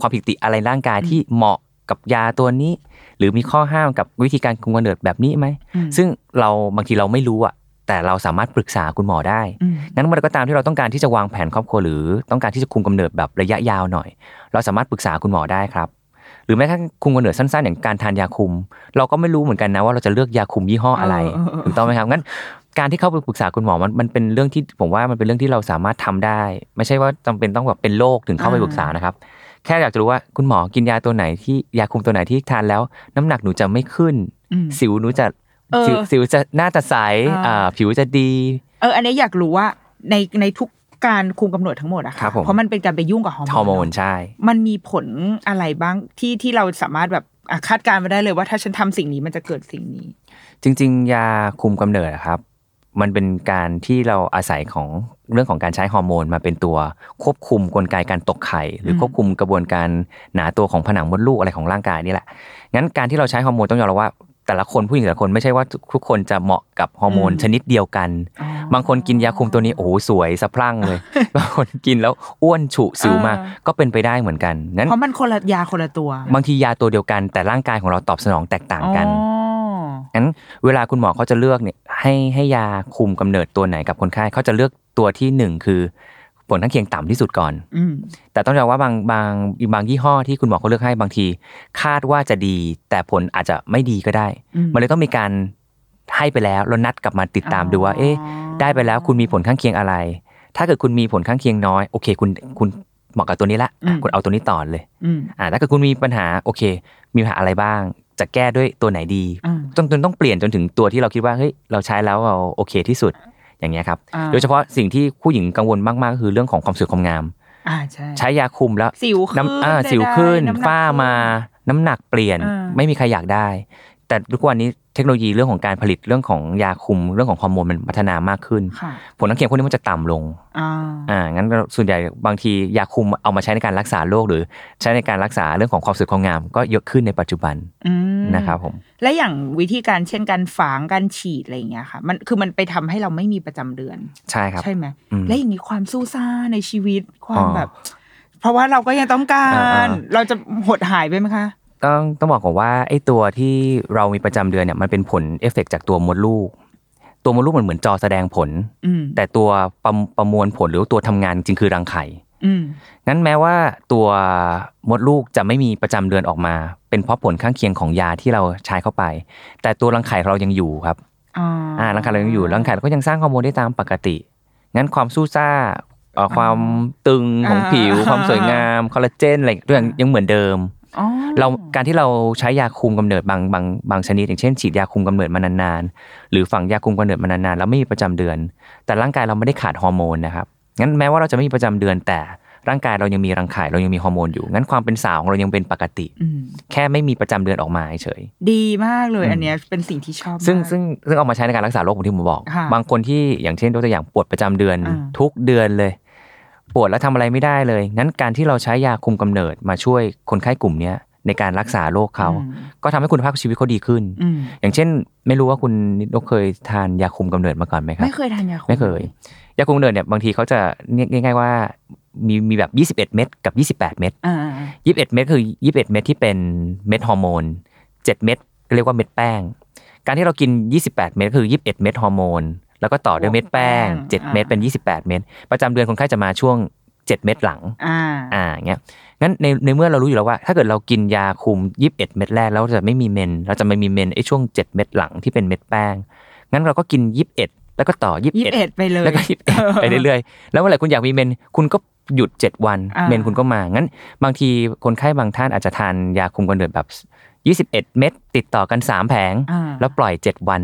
C: ความผิดปกติอะไรร่างกายที่เหมาะกับยาตัวนี้ หรือมีข้อห้ามกับวิธีการคุมกำเนิดแบบนี้ไหม
B: อืม
C: ซึ่งเราบางทีเราไม่รู้อ่ะแต่เราสามารถปรึกษาคุณหมอได้
B: อืม
C: งั้นเมื่อไรก็ตามที่เราต้องการที่จะวางแผนครอบครัวหรือต้องการที่จะคุมกำเนิดแบบระยะยาวหน่อย เราสามารถปรึกษาคุณหมอได้ครับ หรือแม้กระทั่งคุมกำเนิดสั้นๆ อย่างการทานยาคุม เราก็ไม่รู้เหมือนกันนะว่าเราจะเลือกยาคุมยี่ห้ออะไร
B: เออเออเออ
C: ถูกต้องไหมครับงั้นการที่เข้าไปปรึกษาคุณหมอมันมันเป็นเรื่องที่ผมว่ามันเป็นเรื่องที่เราสามารถทำได้ ไม่ใช่ว่าจำเป็นต้องแบบเป็นโรคถึงเข้าไปปรึกษานะครับแค่อยากจะรู้ว่าคุณหมอกินยาตัวไหนที่ยาคุมตัวไหนที่ทานแล้ว น้ำหนักหนูจะไม่ขึ้น
B: อืม
C: สิวหนูจะ
B: เออ
C: สิวสิวจะหน้าจะใส
B: อ่า
C: อ่าผิวจะดี
B: เออ อันนี้อยากรู้ว่าในในทุกการคุมกำหนดทั้งหมดอะ
C: ครั
B: ค่ะ
C: บผม
B: เพราะมันเป็นการไปยุ่งกับฮอร์โมน
C: ฮอร์โมน
B: เะ
C: ใช่
B: มันมีผลอะไรบ้างที่ที่เราสามารถแบบอ่ะคาดการณ์ไว้ได้เลยว่าถ้าฉันทำสิ่งนี้มันจะเกิดสิ่งนี้
C: จริงๆ ยาคุมกำเนิดอะครับ มันเป็นการที่เราอาศัยของเรื่องของการใช้ฮอร์โมนมาเป็นตัวควบคุมกลไกการตกไข่ หรืออ
B: ม
C: ควบคุมกระบวนการหนาตัวของผนังมดลูกอะไรของร่างกายนี่แหละ งั้นการที่เราใช้ฮอร์โมนต้องยอมรับว่า แต่ละคนผู้หญิงแต่ละคนไม่ใช่ว่าทุกคนจะเหมาะกับฮอร์โมนชนิดเดียวกัน บางคนกินยาคุมตัวนี้โอ้โหสวยสะพรั่ง เลย บางคนกินแล้วอ้วนฉุสิวมาก็เป็นไปได้เหมือนกันงั้น
B: เพราะมันคนละยาคนละตัว
C: บางทียาตัวเดียวกันแต่ร่างกายของเราตอบสนองแตกต่างกัน
B: อ๋อ
C: งั้นเวลาคุณหมอเขาจะเลือกเนี่ยให้ให้ยาคุมกำเนิดตัวไหนกับคนไข้เขาจะเลือกตัวที่หนึ่งคือ ผลข้างเคียงต่ำที่สุดก่อน
B: อืม
C: แต่ต้องยอมว่าบางบางบางยี่ห้อที่คุณหมอเขาเลือกให้บางที คาดว่าจะดี แต่ผลอาจจะไม่ดีก็ได้
B: อื
C: มันเลยต้องมีการให้ไปแล้วแล้วนัดกลับมาติดตามดูว่าเอ๊ะ ได้ไปแล้วคุณมีผลข้างเคียงอะไร ถ้าเกิดคุณมีผลข้างเคียงน้อย โอเค คุณคุณเหมาะกับตัวนี้ละอ่ะคุณเอาตัวนี้ต่อเลย
B: อืม
C: อ่าถ้าเกิดคุณมีปัญหาโอเค มีปัญหาอะไรบ้าง จะแก้ด้วยตัวไหนดี
B: อ่า
C: จนจนต้องเปลี่ยนจนถึงตัวที่เราคิดว่าเฮ้ยเราใช้แล้วเราโอเคที่สุดอย่างเงี้ยครับ
B: อ่า
C: โดยเฉพาะสิ่งที่ผู้หญิงกังวลมากๆก็คือเรื่องของความสวยความงาม
B: อ่าใช่
C: ใช้ยาคุมแล้ว
B: สิวขึ้น
C: น้ำอ่า
B: ใดๆ
C: สิวขึ้น
B: ำหก
C: ฝ้า
B: ขึ้น
C: มาน้ำหนักเปลี่ยน
B: อ่า
C: ไม่มีใครอยากได้ แต่ทุกวันนี้ เทคโนโลยีเรื่องของการผลิตเรื่องของยาคุมเรื่องของฮอร์โมนมันพัฒนามากขึ้น
B: ค่ะ
C: ผลข้างเคียงพวกนี้มันจะต่ำลง
B: อ่า
C: อ่า งั้นเราส่วนใหญ่บางทียาคุมเอามาใช้ในการรักษาโรคหรือใช้ในการรักษาเรื่องของความสวยความงามก็เยอะขึ้นในปัจจุบัน
B: อืม
C: นะครับผม
B: และอย่างวิธีการเช่นการฝางการฉีดอะไรอย่างเงี้ยค่ะ มันคือมันไปทำให้เราไม่มีประจำเดือน
C: ใช่ครับ
B: ใช่ไหม
C: อืม
B: และอย่างนี้ความสู้ซ่าในชีวิตความ
C: อ๋อ
B: แบบ เพราะว่าเราก็ยังต้องกา
C: อ่า
B: ร เราจะหดหายไปไหมคะ
C: ต้องต้องบอกก่อนว่าไอ้ตัวที่เรามีประจำเดือนเนี่ยมันเป็นผลเอฟเฟกต์จากตัวมดลูก ตัวมดลูกมันเหมือนจอแสดงผล
B: อืม
C: แต่ตัวประมประมวลผลหรือตัวทำงานจริงคือรังไข่
B: อืม
C: งั้นแม้ว่าตัวมดลูกจะไม่มีประจำเดือนออกมา เป็นเพราะผลข้างเคียงของยาที่เราใช้เข้าไป แต่ตัวรังไข่เรายังอยู่ครับ
B: อ่า
C: อ่ารังไข่เรายังอยู่รังไข่เราก็ยังสร้างฮอร์โมนได้ตามปกติ งั้นความสู้ซ่าเอ่อความตึงของผิว ความสวยงามคอลลาเจนอะไรทุกอย่างยังเหมือนเดิม
B: อ๋อ
C: เราการที่เราใช้ยาคุมกำเนิดบางบางบางชนิดอย่างเช่นฉีดยาคุมกำเนิดมานานๆ หรือฝังยาคุมกำเนิดมานานๆแล้วไม่มีประจำเดือน แต่ร่างกายเราไม่ได้ขาดฮอร์โมนนะครับงั้นแม้ว่าเราจะไม่มีประจำเดือน แต่ร่างกายเรายังมีรังไข่เรายังมีฮอร์โมนอยู่งั้นความเป็นสาวของเรายังเป็นปกติ
B: อืม
C: แค่ไม่มีประจำเดือนออกมาเฉย
B: ดีมากเลย
C: อืม
B: อันเนี้ยเป็นสิ่งที่ชอบมาก
C: ซึ่งซึ่งซึ่งเอามาใช้ในการรักษาโรคผมที่ผมบอก
B: ค่ะ
C: บางคนที่อย่างเช่นยกตัวอย่างปวดประจำเดือน
B: อ่า
C: ทุกเดือนเลย ปวดแล้วทำอะไรไม่ได้เลย งั้นการที่เราใช้ยาคุมกำเนิดมาช่วยคนไข้กลุ่มเนี้ยในการรักษาโรคเขา
B: อืม
C: ก็ทำให้คุณภาพชีวิตเขาดีขึ้น
B: อืม
C: อย่างเช่น ไม่รู้ว่าคุณนิดโนเคยทานยาคุมกำเนิดมาก่อนไหมครับ
B: ไม่เคยทานยาคุ
C: ไม่เคย ยาคุมกำเนิดเนี่ยบางทีเขาจะเรียกง่าย ๆว่า มีมีแบบ 21 เม็ดกับ 28 เม็ด
B: อ่า
C: 21 เม็ดคือ 21 เม็ดที่เป็นเม็ดฮอร์โมน 7 เม็ดก็เรียกว่าเม็ดแป้ง การที่เรากิน 28 เม็ดคือ 21 เม็ดฮอร์โมน แล้วก็ต่อด้วยเม็ดแป้ง 7 เม็ดเป็น 28 เม็ดประจำเดือนคนไข้จะมาช่วง 7 เม็ดหลัง
B: อ่าอ่า
C: อ่าอย่างเงี้ย งั้นในในเมื่อเรารู้อยู่แล้วว่า ถ้าเกิดเรากินยาคุม 21 เม็ดแรกแล้วจะไม่มีเมน เราจะไม่มีเมนไอ้ช่วง 7 เม็ดหลังที่เป็นเม็ดแป้ง งั้นเราก็กิน 21 แล้วก็ต่อ
B: ยี่สิบเอ็ด
C: 21
B: ไปเลย
C: แล้วก็ 21 ไปเรื่อยๆ แล้วเมื่อไหร่คุณอยากมีเมน คุณก็หยุด 7 วัน
B: อ่า
C: เมนคุณก็มา งั้นบางทีคนไข้บางท่านอาจจะทานยาคุมกำเนิดแบบ 21 เม็ดติดต่อกัน 3 แผง
B: อ่า
C: แล้วปล่อย 7 วัน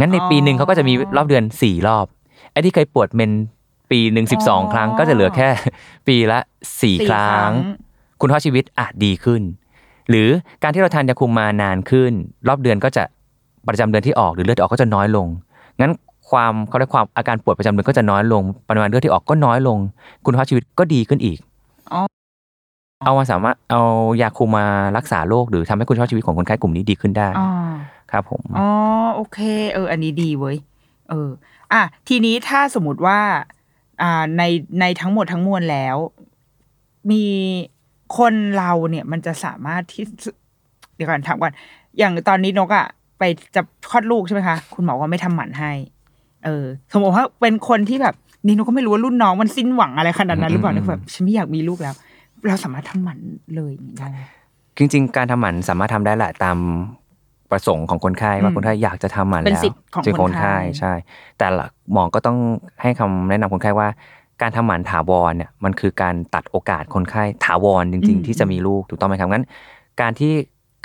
C: งั้นใน
B: อ๋อ
C: ปีหนึ่งเขาก็จะมีรอบเดือน 4 รอบ ไอ้ที่เคยปวดเมนปีหนึ่งสิบสอง
B: อ๋อ
C: ครั้งก็จะเหลือแค่ ปีละ 4 ครั้ง คุณภาพชีวิตอาจดีขึ้น หรือการที่เราทานยาคุมมานานขึ้น รอบเดือนก็จะประจำเดือนที่ออกหรือเลือดออกก็จะน้อยลง งั้นความเขาเรียกความอาการปวดประจำเดือนก็จะน้อยลงปริมาณเลือดที่ออกก็น้อยลง คุณภาพชีวิตก็ดีขึ้นอีก
B: อ๋อ
C: เอามาสามารถเอายาคุมมารักษาโรคหรือทำให้คุณภาพชีวิตของคนไข้กลุ่มนี้ดีขึ้นได้
B: อ๋อ
C: ครับผม
B: อ๋อโอเค เออ อันนี้ดีเว้ยเออ อ่ะทีนี้ถ้าสมมติว่า อ่าในในทั้งหมดทั้งมวลแล้ว มีคนเราเนี่ยมันจะสามารถที่จะเดี๋ยวก่อนถามก่อนอย่างตอนนี้นกอะไปจะคลอดลูกใช่ไหมคะ คุณหมอว่าไม่ทำหมันให้ เออ สมมติว่าเป็นคนที่แบบนี่นกก็ไม่รู้ว่ารุ่นน้องมันสิ้นหวังอะไรขนาดนั้นหรือเปล่า
C: อืม
B: นะแบบฉันไม่อยากมีลูกแล้ว เราสามารถทำหมันเลยอย่างนี้ได้ไหม
C: จริงๆ การทำหมันสามารถทำได้แหละตามประสงค์ของคนไข้ว่า
B: อืม
C: คนไข้อยากจะทำหมัน
B: เป็น
C: แล้ว
B: สิทธิ์ของ
C: สิทธิ์
B: คนไข้
C: ใช่ แต่ละหมอก็ต้องให้คำแนะนำคนไข้ว่า การทำหมันถาวรเนี่ยมันคือการตัดโอกาสคนไข้ถาวรจริง ๆ ที่จะมีลูกถูกต้องไหมครับงั้น การที่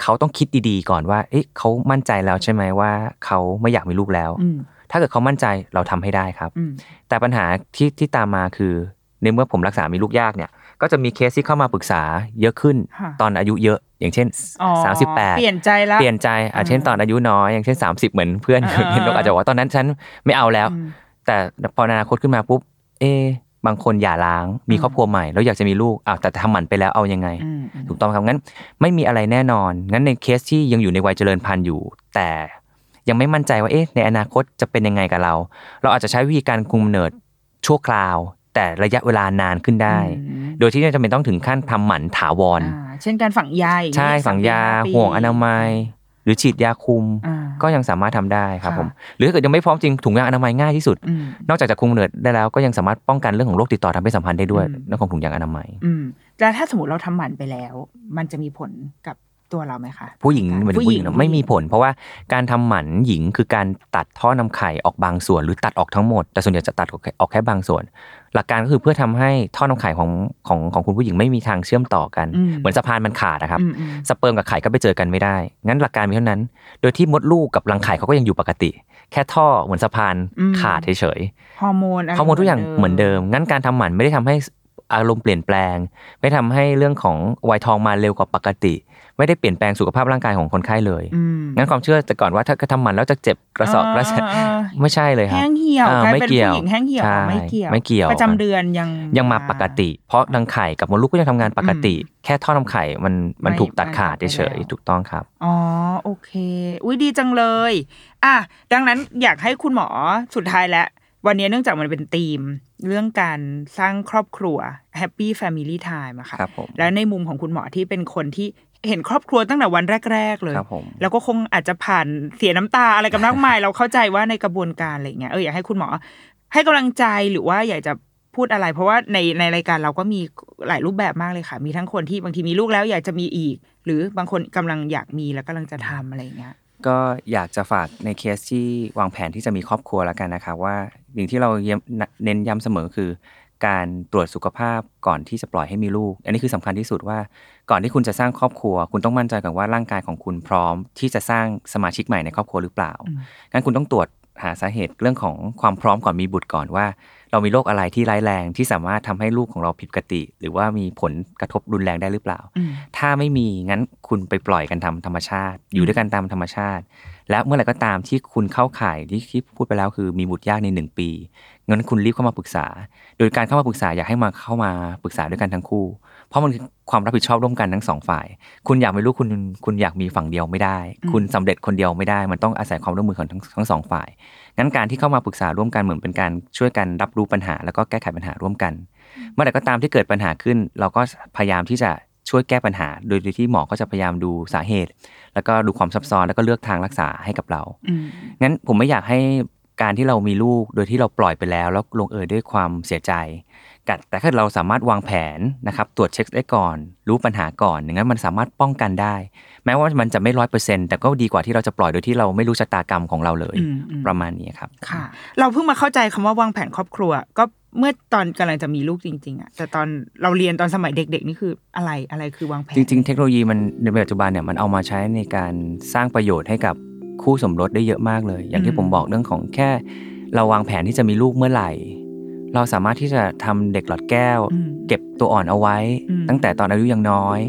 C: เขาต้องคิดดีๆ ก่อนว่า เอ๊ะเขามั่นใจแล้วใช่ไหมว่าเขาไม่อยากมีลูกแล้ว
B: อืม
C: ถ้าเกิดเขามั่นใจเราทำให้ได้ครับ
B: อืม
C: แต่ปัญหาที่ที่ตามมาคือในเมื่อผมรักษามีลูกยากเนี่ย ก็จะมีเคสที่เข้ามาปรึกษาเยอะขึ้น
B: ค่ะ
C: ตอนอายุเยอะ อย่างเช่น
B: อ๋อ
C: สามสิบแปด
B: เปลี่ยนใจละ
C: เปลี่ยนใจอาจเช่นตอนอายุน้อยอย่างเช่น 30 เหมือนเพื่อน
B: อ่า
C: เห็นนกอาจจะบอกว่าตอนนั้นฉันไม่เอาแล้ว
B: อืม
C: แต่พออนาคตขึ้นมาปุ๊บ เอ๊ะบางคนหย่าร้าง มี
B: อืม
C: ครอบครัวใหม่แล้วอยากจะมีลูกอ้าวแต่ทำหมันไปแล้วเอายังไง
B: อืมอืม
C: ถูกต้องครับงั้นไม่มีอะไรแน่นอน งั้นในเคสที่ยังอยู่ในวัยเจริญพันธุ์อยู่ แต่ยังไม่มั่นใจว่าเอ๊ะในอนาคตจะเป็นยังไงกับเรา เราอาจจะใช้วิธีการคุมกำเนิดชั่วคราว แต่ระยะเวลานานขึ้นได้
B: อืม
C: โดยที่ไม่จำเป็นต้องถึงขั้นทำหมันถาวร
B: อ่าเช่นการฝังยาอย่างนี้
C: ใช่
B: ส
C: ฝั
B: ม
C: ง
B: ปี
C: ยา
B: ห้ปี
C: ห่วงอนามัย หรือฉีดยาคุม
B: อ่า
C: ก็ยังสามารถทำได้ครับ
B: ค่ะ
C: ผมหรือถ้าเกิดยังไม่พร้อมจริงถุงยางอนามัยง่ายที่สุด
B: อืม
C: นอกจากจะคุมกำเนิดได้แล้วก็ยังสามารถป้องกันเรื่องของโรคติดต่อทางเพศสัมพันธ์ได้ด้วย
B: อืม
C: เรื่องของถุงยางอนามัย
B: อืมแต่ถ้าสมมติเราทำหมันไปแล้ว มันจะมีผลกับตัวเราไหมคะ
C: ผู้หญิงเหมือนผู้หญิงเนอะไม่มีผล เพราะว่าการทำหมันหญิงคือการตัดท่อนำไข่ออกบางส่วน หรือตัดออกทั้งหมด แต่ส่วนใหญ่จะตัดออกแค่ออกแค่บางส่วน หลักการก็คือเพื่อทำให้ท่อนำไข่ของของของคุณผู้หญิงไม่มีทางเชื่อมต่อกัน เหมือนสะพานมันขาดนะครับ
B: อืมอืม
C: สเปิร์มกับไข่ก็ไปเจอกันไม่ได้ งั้นหลักการมีเท่านั้น โดยที่มดลูกกับรังไข่เขาก็ยังอยู่ปกติ แค่ท่อเหมือนสะพานขาดเฉย
B: ฮอร์โมน
C: ๆข้อมูลทุกอย่างเหมือนเดิม งั้นการทำหมันไม่ได้ทำให้ อารมณ์เปลี่ยนแปลง ไม่ทำให้เรื่องของวัยทองมาเร็วกว่าปกติ ไม่ได้เปลี่ยนแปลงสุขภาพร่างกายของคนไข้เลย
B: อืม
C: งั้นความเชื่อแต่ก่อนว่าถ้าทำหมันแล้วจะเจ็บกระสอบกระแสะ
B: อ่า
C: ไม่ใช่เลยครับ
B: แห้งเหี่ยว
C: อ่าก
B: ลาย
C: ไม่
B: เป็น
C: เกี่
B: ผู้
C: ยว
B: หญิงแห้งเหี่ยว
C: ใช่
B: ไม่เกี่ยว
C: ไม่เกี่ยว
B: ประจำเดือนยัง
C: ยังมาปกติ เพราะรังไข่กับมดลูกก็ยังทำงานปกติ แค่ท่อนำไข่มันมันถูกตัดขาดเฉยๆถูกต้องครับ
B: อ๋อโอเค อุ้ยดีจังเลย อ่ะดังนั้นอยากให้คุณหมอสุดท้ายแล้ว วันนี้เนื่องจากมันเป็นธีม เรื่องการสร้างครอบครัว Happy Family Time อะค่ะ
C: ครับผม
B: แล้วในมุมของคุณหมอที่เป็นคนที่เห็นครอบครัวตั้งแต่วันแรก ๆ เลย
C: ครับผม
B: แล้วก็คงอาจจะผ่านเสียน้ำตาอะไรกันมากมาย เราเข้าใจว่าในกระบวนการอะไรอย่างเงี้ยเอออยากให้คุณหมอ ให้กำลังใจหรือว่าอยากจะพูดอะไร เพราะว่าในในรายการเราก็มีหลายรูปแบบมากเลยค่ะ มีทั้งคนที่บางทีมีลูกแล้วอยากจะมีอีก หรือบางคนกำลังอยากมีแล้วกำลังจะทำอะไรอย่างเงี้ย
C: ก็อยากจะฝากในเคสที่วางแผนที่จะมีครอบครัวแล้วกันนะครับว่าสิ่งที่เราเย้ำเน้นย้ำเสมอคือ การตรวจสุขภาพก่อนที่จะปล่อยให้มีลูก อันนี้คือสำคัญที่สุดว่าก่อนที่คุณจะสร้างครอบครัว คุณต้องมั่นใจก่อนว่าร่างกายของคุณพร้อม ที่จะสร้างสมาชิกใหม่ในครอบครัวหรือเปล่า
B: อืม
C: งั้นคุณต้องตรวจหาสาเหตุเรื่องของความพร้อมก่อนมีบุตรก่อนว่า เรามีโรคอะไรที่ร้ายแรงที่สามารถทำให้ลูกของเราผิดปกติ หรือว่ามีผลกระทบรุนแรงได้หรือเปล่า
B: อืม
C: ถ้าไม่มีงั้นคุณไปปล่อยกันทำธรรมชาติ อยู่ด้วยกันตามธรรมชาติ แล้วเมื่อไหร่ก็ตามที่คุณเข้าข่ายที่ที่พูดไปแล้วคือมีบุตรยากในหนึ่งปีงั้นคุณรีบเข้ามาปรึกษา โดยการเข้ามาปรึกษาอยากให้มาเข้ามาปรึกษาด้วยกันทั้งคู่ เพราะมันคือความรับผิดชอบร่วมกันทั้งสองฝ่าย คุณอยากมีลูกคุณคุณอยากมีฝั่งเดียวไม่ได้
B: อืม
C: คุณสำเร็จคนเดียวไม่ได้ มันต้องอาศัยความร่วมมือของทั้งทั้งสองฝ่ายงั้นการที่เข้ามาปรึกษาร่วมกันเหมือนเป็นการช่วยกันรับรู้ปัญหา แล้วก็แก้ไขปัญหาร่วมกัน เมื่อไหร่ก็ตามที่เกิดปัญหาขึ้น เราก็พยายามที่จะช่วยแก้ปัญหา โดยโดยที่หมอก็จะพยายามดูสาเหตุ แล้วก็ดูความซับซ้อนแล้วก็เลือกทางรักษาให้กับเรา
B: อืม
C: งั้นผมไม่อยากให้การที่เรามีลูกโดยที่เราปล่อยไปแล้ว แล้วลงเอยด้วยความเสียใจกัดแต่ถ้าเราสามารถวางแผนนะครับตรวจเช็คได้ก่อน รู้ปัญหาก่อนอย่างนั้นมันสามารถป้องกันได้ แม้ว่ามันจะไม่ร้อยเปอร์เซ็นต์แต่ก็ดีกว่าที่เราจะปล่อยโดยที่เราไม่รู้ชะตากรรมของเราเลย
B: อืมอืม
C: ประมาณนี้ครับ
B: ค่ะ เราเพิ่งมาเข้าใจคำว่าวางแผนครอบครัว ก็เมื่อตอนกำลังจะมีลูกจริง ๆอะแต่ตอนเราเรียนตอนสมัยเด็ก ๆ นี่คืออะไรอะไรคือวางแผน
C: จริงๆ เทคโนโลยีมันในปัจจุบันเนี่ยมันเอามาใช้ในการสร้างประโยชน์ให้กับคู่สมรสได้เยอะมากเลย อย่าง
B: อื
C: ที่
B: ม
C: ผมบอกเรื่องของแค่ เราวางแผนที่จะมีลูกเมื่อไหร่ เราสามารถที่จะทำเด็กหลอดแก้ว
B: อืม
C: เก็บตัวอ่อนเอาไว้
B: อืม
C: ตั้งแต่ตอนอายุยังน้อย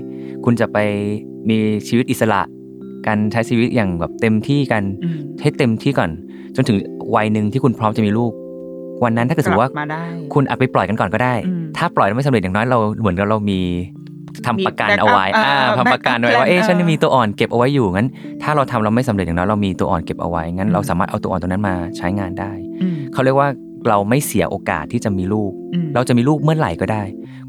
C: คุณจะไปมีชีวิตอิสระการใช้ชีวิตอย่างแบบเต็มที่กัน
B: อืม
C: ให้เต็มที่ก่อน จนถึงวัยหนึ่งที่คุณพร้อมจะมีลูก วันนั้นถ้าเกิดสมมติ
B: ก
C: ว่า
B: ลับมาได้
C: คุณอาจไปปล่อยกันก่อนก็ได้
B: อืม
C: ถ้าปล่อยแล้วไม่สำเร็จอย่างน้อยเราเหมือนกับเรามีทำ
B: มี
C: ประกันเอาไว้
B: backup
C: อ่า
B: เออ
C: ทำประกันไว้
B: backup
C: ว่า เอ๊ะ
B: plan
C: ฉัน
B: เออ
C: มีตัวอ่อนเก็บเอาไว้อยู่ งั้น ถ้าเราทำเราไม่สำเร็จอย่างน้อยเรามีตัวอ่อนเก็บเอาไว้ งั้นเราสามารถเอาตัวอ่อนตัวนั้นมาใช้งานได้
B: อืม
C: เขาเรียกว่าเราไม่เสียโอกาสที่จะมีลูก
B: อืม
C: เราจะมีลูกเมื่อไหร่ก็ได้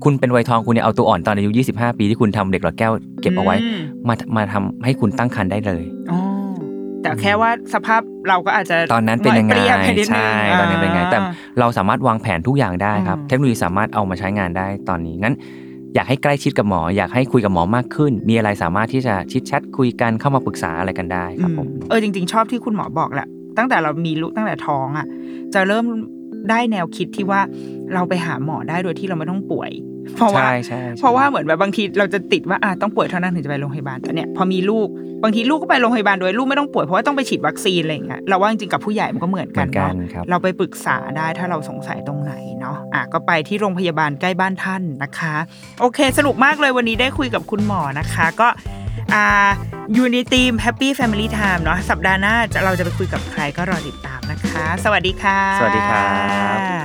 C: คุณเป็นวัยทองคุณเนี่ยเอาตัวอ่อนตอนอายุ 25 ปีที่คุณทำเด็กหลอดแก้วเก็บเอาไว้
B: อืม
C: มามาทำให้คุณตั้งครรภ์ได้เลย
B: อ๋อแต่แค่ว่าสภาพเราก็อาจจะ
C: ตอนนั้นเป็นยังไง
B: ปรี้ปนิดนึ
C: ใช่ตอนนั้นเป็นยังไงแต่
B: อ่า
C: เราสามารถวางแผนทุกอย่างได้ครับ
B: อืม
C: เทคโนโลยีสามารถเอามาใช้งานได้ตอนนี้งั้น อยากให้ใกล้ชิดกับหมอ อยากให้คุยกับหมอมากขึ้น มีอะไรสามารถที่จะชิดแชทคุยกันเข้ามาปรึกษาอะไรกันได้ครับผม
B: เออจริง ๆ ชอบที่คุณหมอบอกแหละตั้งแต่เรามีลูกตั้งแต่ท้องอ่ะ จะเริ่มได้แนวคิดที่ว่าเราไปหาหมอได้โดยที่เราไม่ต้องป่วย เพราะว่า
C: ใช่ใช่ใช่
B: เพราะว่าเหมือนแบบบางทีเราจะติดว่าอ่ะต้องป่วยเท่านั้นถึงจะไปโรงพยาบาลแต่เนี่ยพอมีลูกบางทีลูกก็ไปโรงพยาบาลโดยลูกไม่ต้องป่วยเพราะว่าต้องไปฉีดวัคซีนอะไรอย่างเงี้ยเราว่าจริงๆกับผู้ใหญ่มันก็เหมือน
C: เห
B: กั
C: มื
B: น
C: อนกัน
B: เนาะ
C: ครับ
B: เราไปปรึกษาได้ถ้าเราสงสัยตรงไหนเนาะอ่ะก็ไปที่โรงพยาบาลใกล้บ้านท่านนะคะ โอเค สรุปมากเลยวันนี้ได้คุยกับคุณหมอนะคะ ก็อ่าอยู่ในทีม Happy Family Time เนาะสัปดาห์หน้าจะเราจะไปคุยกับใครก็รอติดตามนะคะ สวัสดีค่ะ
C: สวัสดีครับ